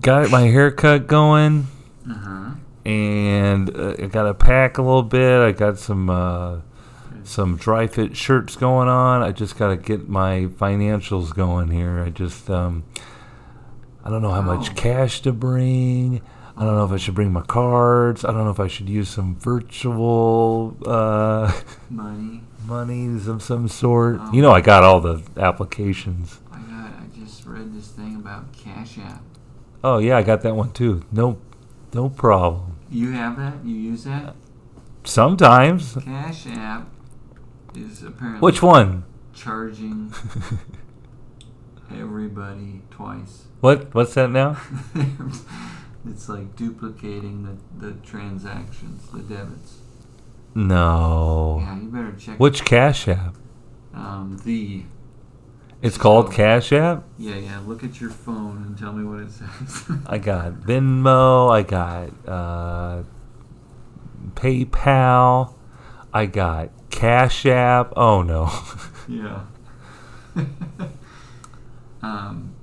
A: got my haircut going.
B: Uh huh.
A: and uh, I got a pack a little bit. I got some uh, some dry fit shirts going on. I just got to get my financials going here. I just um, I don't know how
B: Wow.
A: much cash to bring. I don't know if I should bring my cards. I don't know if I should use some virtual uh,
B: Money.
A: monies of some sort.
B: Oh.
A: You know, I got all the applications.
B: I got. I just read this thing about Cash App.
A: Oh yeah, I got that one too. No, no problem.
B: You have that? You use that?
A: Sometimes.
B: Cash App is apparently
A: Uh, Which one?
B: charging everybody twice.
A: What? What's that now?
B: it's like duplicating the, the transactions, the debits.
A: No.
B: Yeah, you better check.
A: Oh. Which Cash App?
B: Um, the
A: It's
B: Just
A: called
B: go.
A: Cash App?
B: yeah yeah. Look at your phone and tell me what it says.
A: I got Venmo, I got uh, PayPal, I got Cash App. Oh no.
B: yeah. um,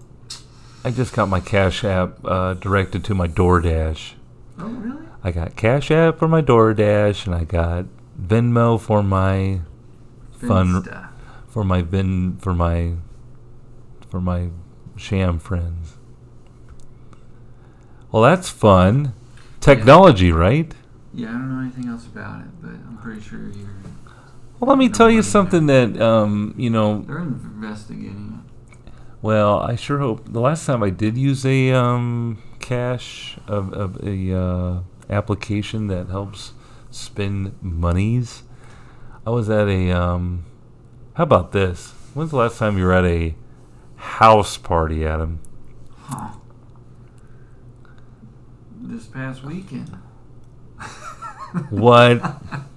A: I just got my Cash App uh, directed to my DoorDash.
B: Oh, really?
A: I got Cash App for my DoorDash, and I got Venmo for my Fun-
B: Finsta.
A: for my Vin for my for my sham friends. Well, that's fun. Technology, right?
B: Yeah, I don't know anything else about it, but I'm pretty sure you're.
A: Well, let me
B: No
A: tell you
B: money
A: something that um, you know.
B: They're investigating it.
A: Well, I sure hope the last time I did use a um, cash of, of a uh, application that helps spend monies, I was at a. Um, how about this? When's the last time you were at a house party, Adam?
B: Huh. This past weekend.
A: What?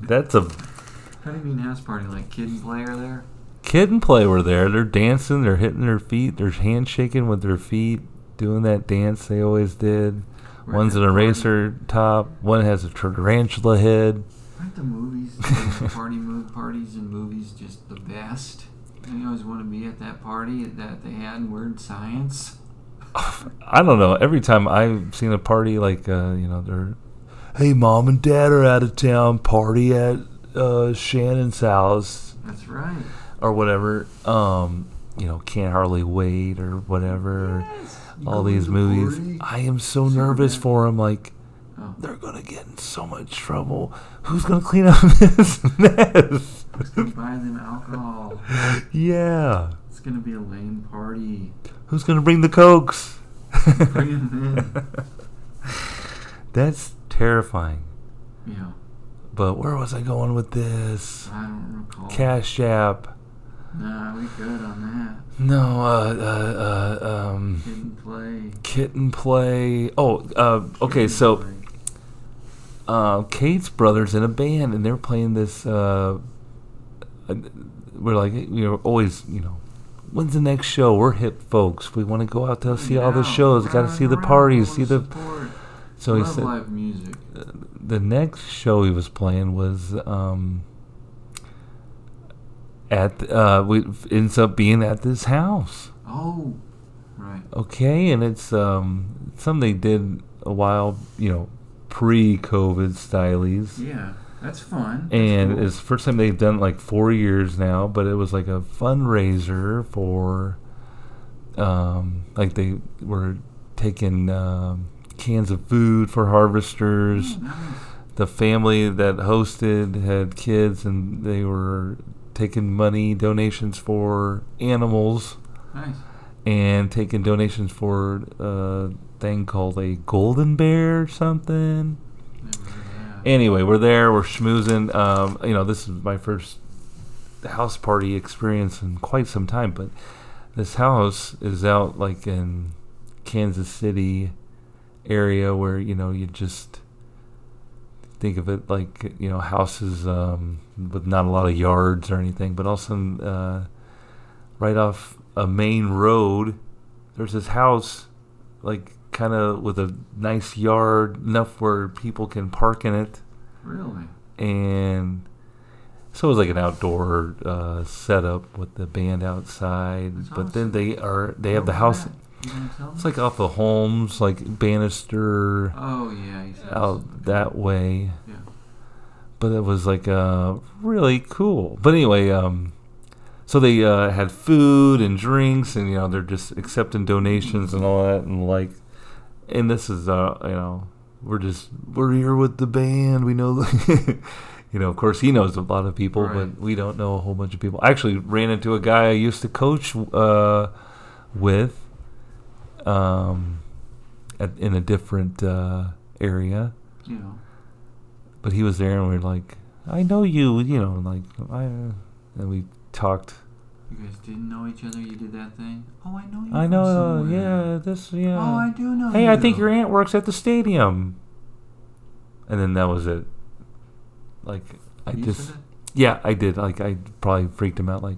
A: That's a
B: How do you mean house party? Like kid and player there?
A: kid and play were there. They're dancing. They're hitting their feet. They're handshaking with their feet, doing that dance they always did.
B: We're
A: One's
B: at
A: an
B: the party-
A: eraser top. One has a tarantula head.
B: Aren't the movies, the party move parties and movies just the best? I always want to be at that party that they had in Weird Science.
A: I don't know. Every time I've seen a party, like uh, you know, they're, hey, mom and dad are out of town. Party at uh, Shannon's house
B: That's right.
A: or whatever. Um, you know, can't hardly wait or whatever.
B: Yes. You
A: All
B: go to
A: these
B: the
A: movies.
B: party.
A: I am so
B: Super
A: nervous
B: bad.
A: for him. Like,
B: Oh.
A: they're gonna get in so much trouble. Who's gonna clean up this mess?
B: Who's gonna buy them alcohol?
A: yeah.
B: It's gonna be a lame party.
A: Who's gonna bring the cokes?
B: Bring 'em
A: That's terrifying.
B: Yeah,
A: But where was I going with this?
B: I don't recall.
A: Cash App.
B: Nah, we good on
A: No, uh, uh, uh, um,
B: that. Hidden play.
A: kitten play. Oh, uh, okay,
B: Hidden
A: so
B: play.
A: uh, Kate's brother's in a band, and they're playing this. Uh, uh, we're like, you know, always, you know, when's the next show? We're hip folks. We want to go out to see all the
B: Yeah,
A: shows. Got to
B: round
A: see the
B: and
A: parties.
B: round,
A: See the.
B: support.
A: So he
B: Love
A: said
B: live music.
A: uh, the next show he was playing was um, at uh, we ends up being at this house.
B: Oh, right.
A: Okay, and it's um something they did a while, you know, pre-COVID stylies.
B: Yeah, that's fun. That's
A: And
B: cool.
A: it's the first time they've done it, like four years now, but it was like a fundraiser for, um, like they were taking um, cans of food for harvesters.
B: Oh, nice.
A: The family that hosted had kids, and they were taking money donations for animals
B: Nice.
A: and taking donations for a thing called a golden bear or something.
B: Yeah.
A: Anyway, we're there, we're schmoozing. Um, you know, this is my first house party experience in quite some time, but this house is out like in Kansas City area where, you know, you just think of it like, you know, houses um, with not a lot of yards or anything, but also uh, right off a main road, there's this house, like kind of with a nice yard, enough where people can park in it,
B: really?
A: and so it was like an outdoor uh, setup with the band outside.
B: That's
A: but then
B: awesome. Oh,
A: they are they have the
B: Where was
A: house.
B: that? You gonna tell
A: It's
B: me?
A: like off of Holmes, like Bannister,
B: Oh yeah, he said.
A: out that way.
B: Yeah.
A: but it was like uh, really cool. But anyway, um, so they uh, had food and drinks, and you know they're just accepting donations and all that, and like, and this is uh, you know we're just we're here with the band. We know, the you know, of course he knows a lot of people,
B: Right.
A: but we don't know a whole bunch of people. I actually ran into a guy I used to coach uh, with, um, at, in a different uh, area
B: You know.
A: but he was there and we were like i know you you know like i uh," and we talked
B: You guys didn't know each other. You did that thing. Oh, I know you.
A: i
B: from
A: know uh,
B: somewhere.
A: yeah this yeah
B: Oh, I do know.
A: hey i think
B: you.
A: your aunt works at the stadium and then that was it like i
B: You
A: just
B: said that?
A: yeah i did like i probably freaked him out like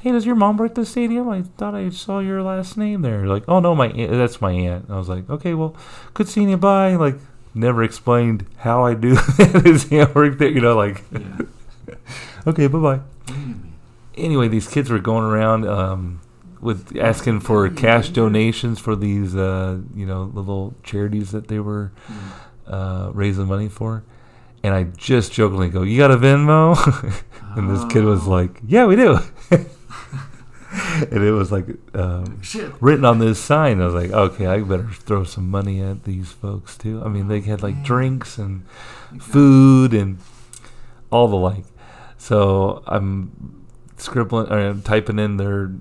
A: hey does your mom work at the stadium i thought i saw your last name there like oh no my aunt, that's my aunt and i was like okay well good seeing you bye like never explained how i do that his aunt worked there you know like
B: Yeah.
A: okay bye-bye
B: Wait a minute.
A: anyway, these kids were going around. Um, with asking for cash donations for these, uh, you know, little charities that they were uh, raising money for. And I just jokingly go, "You got a Venmo?" and this kid was
B: Oh.
A: like, "Yeah, we do." and it was like um,
B: Shit.
A: written on this sign. I was like, "Okay, I better throw some money at these folks too." I mean, they had like
B: Man.
A: drinks and
B: Exactly.
A: food and all the like. So I'm scribbling or I'm typing in their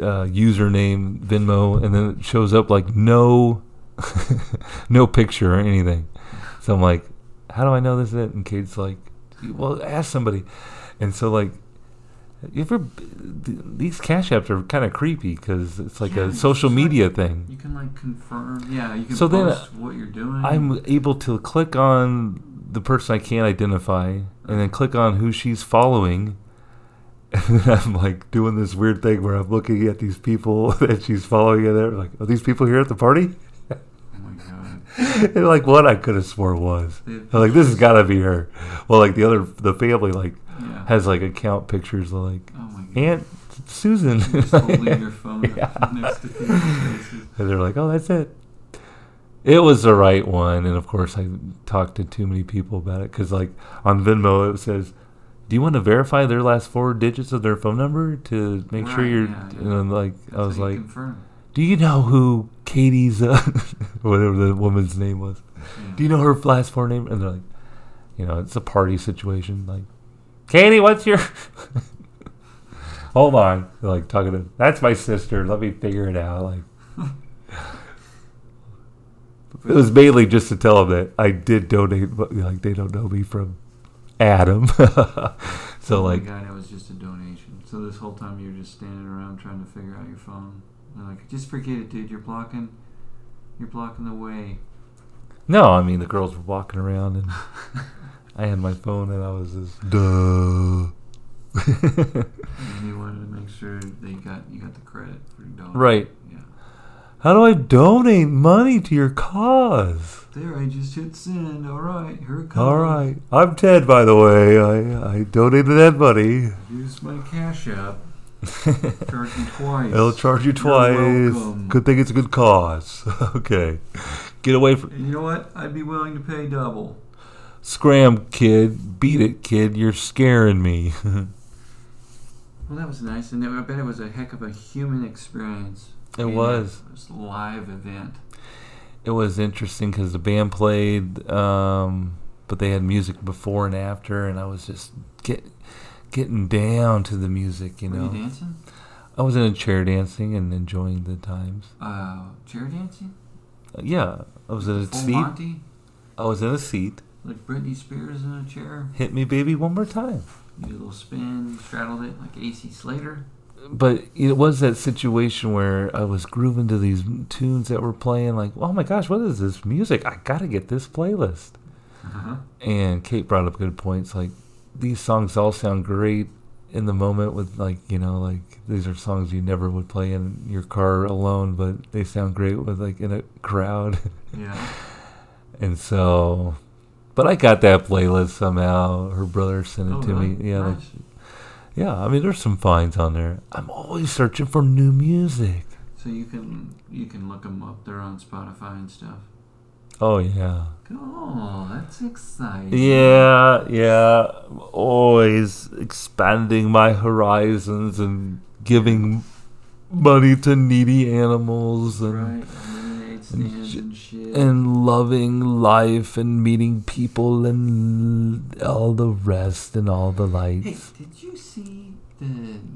A: uh, username Venmo, and then it shows up like no, no picture or anything. So I'm like, how do I know this is it? And Kate's like, well, ask somebody. And so like. You ever th- these cash apps are kind of creepy because it's like
B: Yeah,
A: a
B: it's
A: social
B: just like-
A: media thing.
B: You can like confirm. Yeah, you can
A: So then,
B: post what you're doing. Oh
A: I'm able to click on the person I can't identify and then click on who she's following. And then I'm like doing this weird thing where I'm looking at these people that she's following and they're like, are these people here at the party?
B: Oh my god.
A: and like what I could have swore was.
B: They have
A: I'm like, this has got to be her. Well, like the other, the family like
B: Yeah.
A: has like account pictures of like
B: oh my god.
A: Aunt Susan.
B: You're just holding your phone up
A: Yeah.
B: next to people's faces.
A: And they're like, oh, that's it. It was the right one. And of course, I talked to too many people about it because, like, on Venmo, it says, do you want to verify their last four digits of their phone number to make sure
B: Right,
A: you're.
B: yeah, yeah.
A: And then, like,
B: That's
A: I was
B: how you
A: like,
B: confirm.
A: do you know who Katie's, uh, whatever the woman's name was?
B: Yeah.
A: Do you know her last four name? And they're like, you know, it's a party situation. Like, Katie, what's your? Hold on, They're like talking to. That's my sister. Let me figure it out. Like, it was mainly just to tell them that I did donate, but like they don't know me from Adam. so
B: oh
A: like,
B: my god, it was just a donation. So this whole time you're just standing around trying to figure out your phone. They're like, just forget it, dude. You're blocking, you're blocking the way.
A: no, I mean the girls were walking around and I had my phone and I was just duh.
B: And you wanted to make sure they got you got the credit for donating.
A: Right.
B: Yeah.
A: How do I donate money to your cause?
B: There, I just hit send. All right, here it comes.
A: All right. I'm Ted, by the way. I, I donated that money.
B: Use my cash app. Charge me twice.
A: I'll charge you
B: You're
A: twice.
B: welcome.
A: Good thing it's a good cause. okay. Get away from.
B: And you know what? I'd be willing to pay double.
A: Scram, kid. Beat it, kid. You're scaring me.
B: Well, that was nice, and I bet it was a heck of a human experience.
A: It
B: being
A: was.
B: at This live event.
A: it was interesting because the band played, um, but they had music before and after, and I was just get, getting down to the music, you
B: Were
A: know.
B: you dancing?
A: I was in a chair dancing and enjoying the times.
B: Uh, chair dancing?
A: Uh, yeah. I was in a
B: Full
A: seat.
B: Monty?
A: I was in a seat.
B: Like Britney Spears in a chair?
A: Hit me, baby, one more time.
B: You did a little spin, straddled it like AC Slater?
A: but it was that situation where I was grooving to these tunes that were playing. Like, oh my gosh, what is this music? I gotta get this playlist.
B: Uh-huh.
A: And Kate brought up good points. Like, these songs all sound great in the moment. With like, you know, like these are songs you never would play in your car alone, but they sound great with like in a crowd.
B: Yeah.
A: and so, but I got that playlist somehow. Her brother sent it
B: Oh,
A: to
B: really?
A: me. Yeah, like,
B: Nice.
A: yeah. I mean, there's some finds on there. I'm always searching for new music.
B: So you can you can look them up. They're on Spotify and stuff.
A: Oh yeah.
B: Cool. That's exciting.
A: Yeah, yeah. I'm Always expanding my horizons and giving money to needy animals and
B: Right. Lemonade stands
A: j-
B: and shit.
A: and loving life and meeting people and all the rest and all the
B: hey,
A: lights.
B: did you see the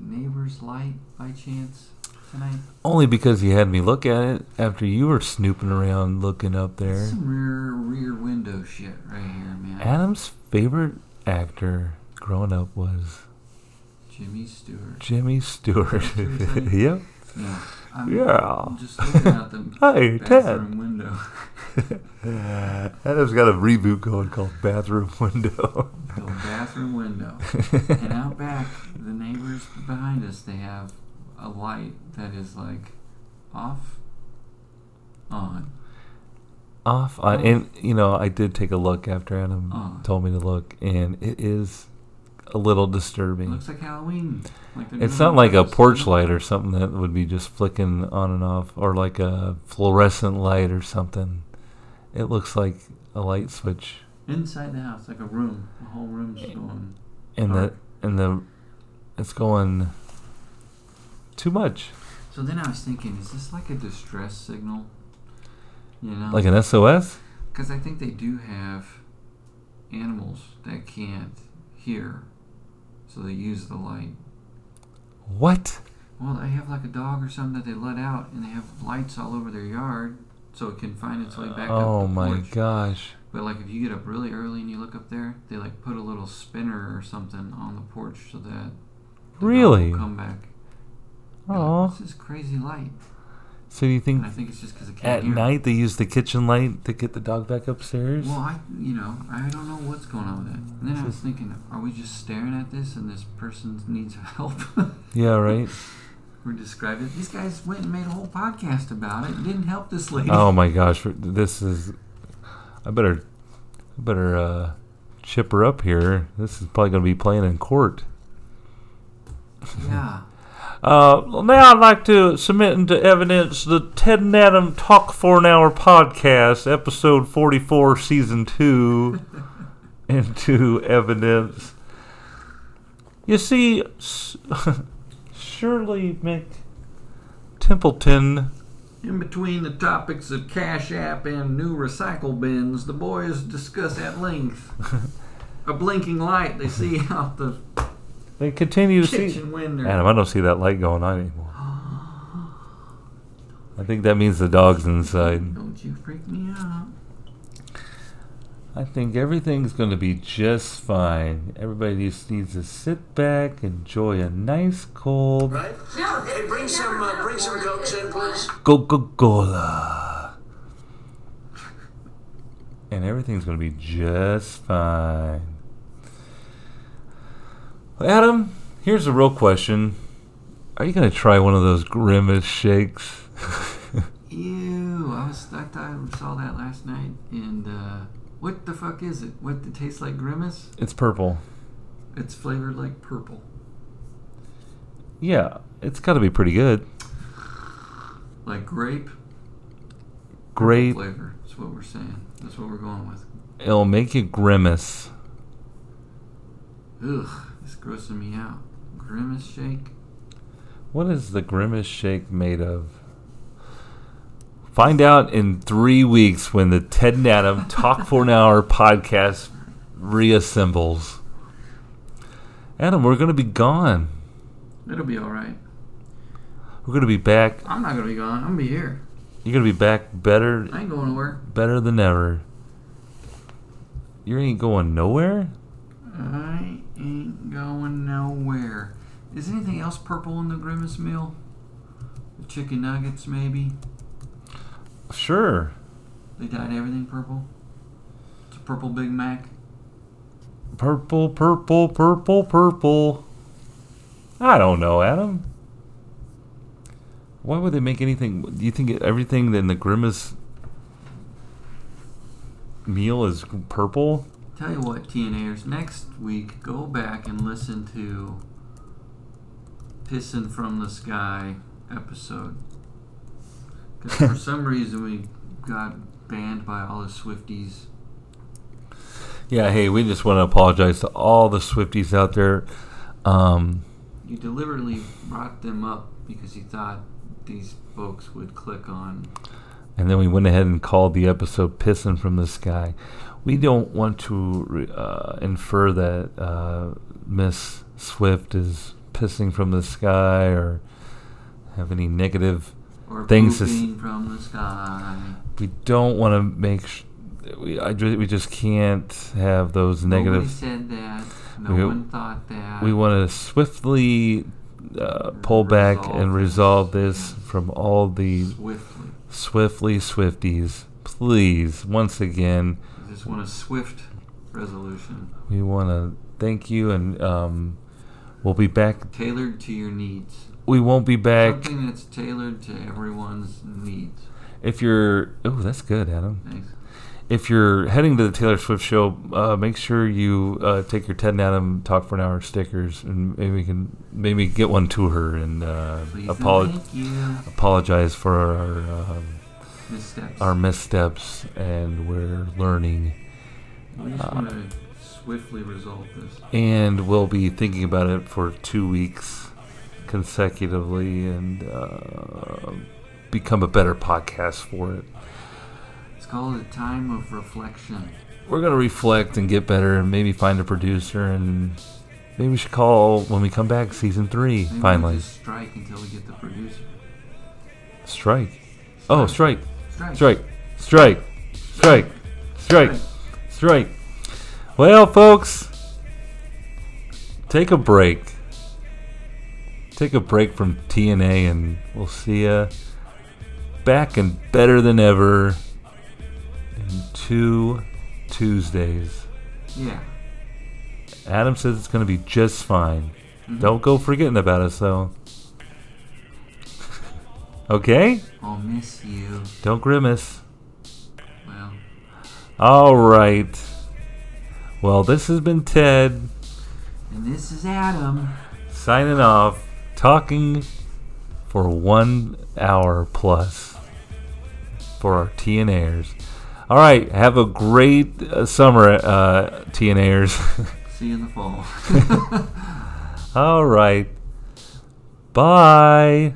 B: neighbor's light by chance tonight?
A: Only because you had me look at it after you were snooping around looking up there.
B: Some rear rear window shit right here, man.
A: Adam's favorite actor growing up was
B: Jimmy Stewart.
A: Jimmy Stewart.
B: Seriously?
A: yep.
B: No, I'm,
A: Yeah.
B: I'm just looking out the
A: Hey, Ted.
B: bathroom window.
A: Adam's got a reboot going called Bathroom Window.
B: The bathroom window. and out back, the neighbors behind us, they have a light that is like off, on.
A: Off on, and you know, I did take a look after Adam
B: Uh.
A: told me to look, and it is a little disturbing.
B: looks like Halloween. Like they're
A: It's
B: doing
A: not like a
B: Christmas.
A: porch light or something that would be just flicking on and off, or like a fluorescent light or something. It looks like a light switch,
B: Inside the house, like a room. The whole room's going.
A: and
B: Dark.
A: the and the it's going too much,
B: So then I was thinking, is this like a distress signal? You know,
A: like an SOS.
B: because I think they do have animals that can't hear, so they use the light.
A: What?
B: Well, they have like a dog or something that they let out, and they have lights all over their yard, so it can find its way back up
A: Oh
B: the
A: my
B: porch.
A: gosh!
B: But like if you get up really early and you look up there, they like put a little spinner or something on the porch so that the dog will
A: Really?
B: come back. You're like,
A: Oh,
B: What's this crazy light?
A: so do you think
B: And I think it's just because it can't
A: at
B: hear.
A: night they use the kitchen light to get the dog back upstairs?
B: Well, I you know I don't know what's going on with that. And then I was thinking, are we just staring at this and this person needs help?
A: Yeah, right.
B: We're describing it. These guys went and made a whole podcast about it. and Didn't help this lady.
A: Oh my gosh, this is. I better, I better uh, chip her up here. This is probably going to be playing in court.
B: Yeah.
A: Uh, well, now I'd like to submit into evidence the Ted and Adam Talk for an Hour podcast, episode 44, season 2, into evidence. You see, S- Shirley Mc Templeton.
B: In between the topics of Cash App and new recycle bins, the boys discuss at length a blinking light they see out the
A: They continue to see.
B: kitchen window.
A: Adam, I don't see that light going on anymore. I think that means the dog's inside.
B: Don't you freak me out.
A: I think everything's going to be just fine. Everybody just needs to sit back, enjoy a nice cold
C: right? No. Hey, bring some, uh, bring some cokes in, please.
A: Coca Cola. And everything's going to be just fine. Well, Adam, here's a real question Are you going to try one of those grimace shakes?
B: Ew, I was I thought I saw that last night and uh what the fuck is it? What it tastes like grimace?
A: it's purple.
B: It's flavored like purple.
A: Yeah, it's got to be pretty good.
B: Like grape
A: Great.
B: flavor. That's what we're saying. That's what we're going with.
A: It'll make you grimace.
B: Ugh, it's grossing me out. Grimace shake?
A: What is the grimace shake made of? Find out in three weeks when the Ted and Adam Talk for an Hour podcast reassembles. Adam, we're going to be gone.
B: It'll be alright.
A: We're going to be back.
B: I'm not gonna be gone. I'm gonna be here.
A: You're going to be back better,
B: I ain't going nowhere.
A: better than ever. You ain't going nowhere.
B: I ain't going nowhere. Is anything else purple in the Grimace meal? The chicken nuggets, maybe?
A: Sure,
B: They dyed everything purple? It's a purple Big Mac?
A: purple, purple, purple, purple. I don't know, Adam. Why would they make anything? Do you think everything in the Grimace meal is purple?
B: Tell you what, TNAers, next week, go back and listen to Pissin' from the Sky episode. Because for some reason we got banned by all the Swifties.
A: Yeah, hey, we just want to apologize to all the Swifties out there. Um,
B: You deliberately brought them up because you thought these folks would click on.
A: and then we went ahead and called the episode Pissing from the Sky. We don't want to re- uh, infer that uh, Miss Swift is pissing from the sky or have any negative.
B: Or
A: Things is-
B: pooping from the sky.
A: We don't want to make. Sh- we, I, ju- we just can't have those
B: Nobody
A: negative.
B: said that. No
A: We-
B: one thought that.
A: We want to swiftly uh, pull back and resolve
B: Resolve this.
A: this from all the
B: swiftly.
A: Swiftly Swifties. Please, once again,
B: I just want a swift resolution
A: we want to thank you and um, we'll be back.
B: tailored to your needs.
A: We won't be back
B: Something that's tailored to everyone's needs.
A: if you're. Oh, that's good, Adam.
B: Thanks.
A: if you're heading to the Taylor Swift show, uh, make sure you uh, take your Ted and Adam Talk for an Hour stickers, and maybe we can maybe get one to her and uh,
B: Please and
A: apolo-
B: thank you.
A: apologize for our um,
B: Missteps.
A: our missteps, and we're learning,
B: we just want to swiftly resolve this.
A: and we'll be thinking about it for two weeks consecutively, and uh, become a better podcast for it.
B: It's called a time of reflection.
A: we're gonna reflect and get better and maybe find a producer and maybe we should call when we come back season three
B: Maybe we
A: finally
B: just strike until we get the producer.
A: strike oh strike
B: Strike.
A: strike strike strike strike strike well folks take a break take a break from tna and we'll see ya back and better than ever in two tuesdays
B: Yeah.
A: Adam says it's going to be just fine. Don't go forgetting about us, though. okay?
B: I'll miss you.
A: Don't grimace.
B: Well,
A: All right. Well, this has been Ted
B: and this is Adam.
A: signing off, talking for one hour plus for our TNAers. All right, have a great uh, summer, uh, TNAers.
B: See you in the fall.
A: All right. Bye.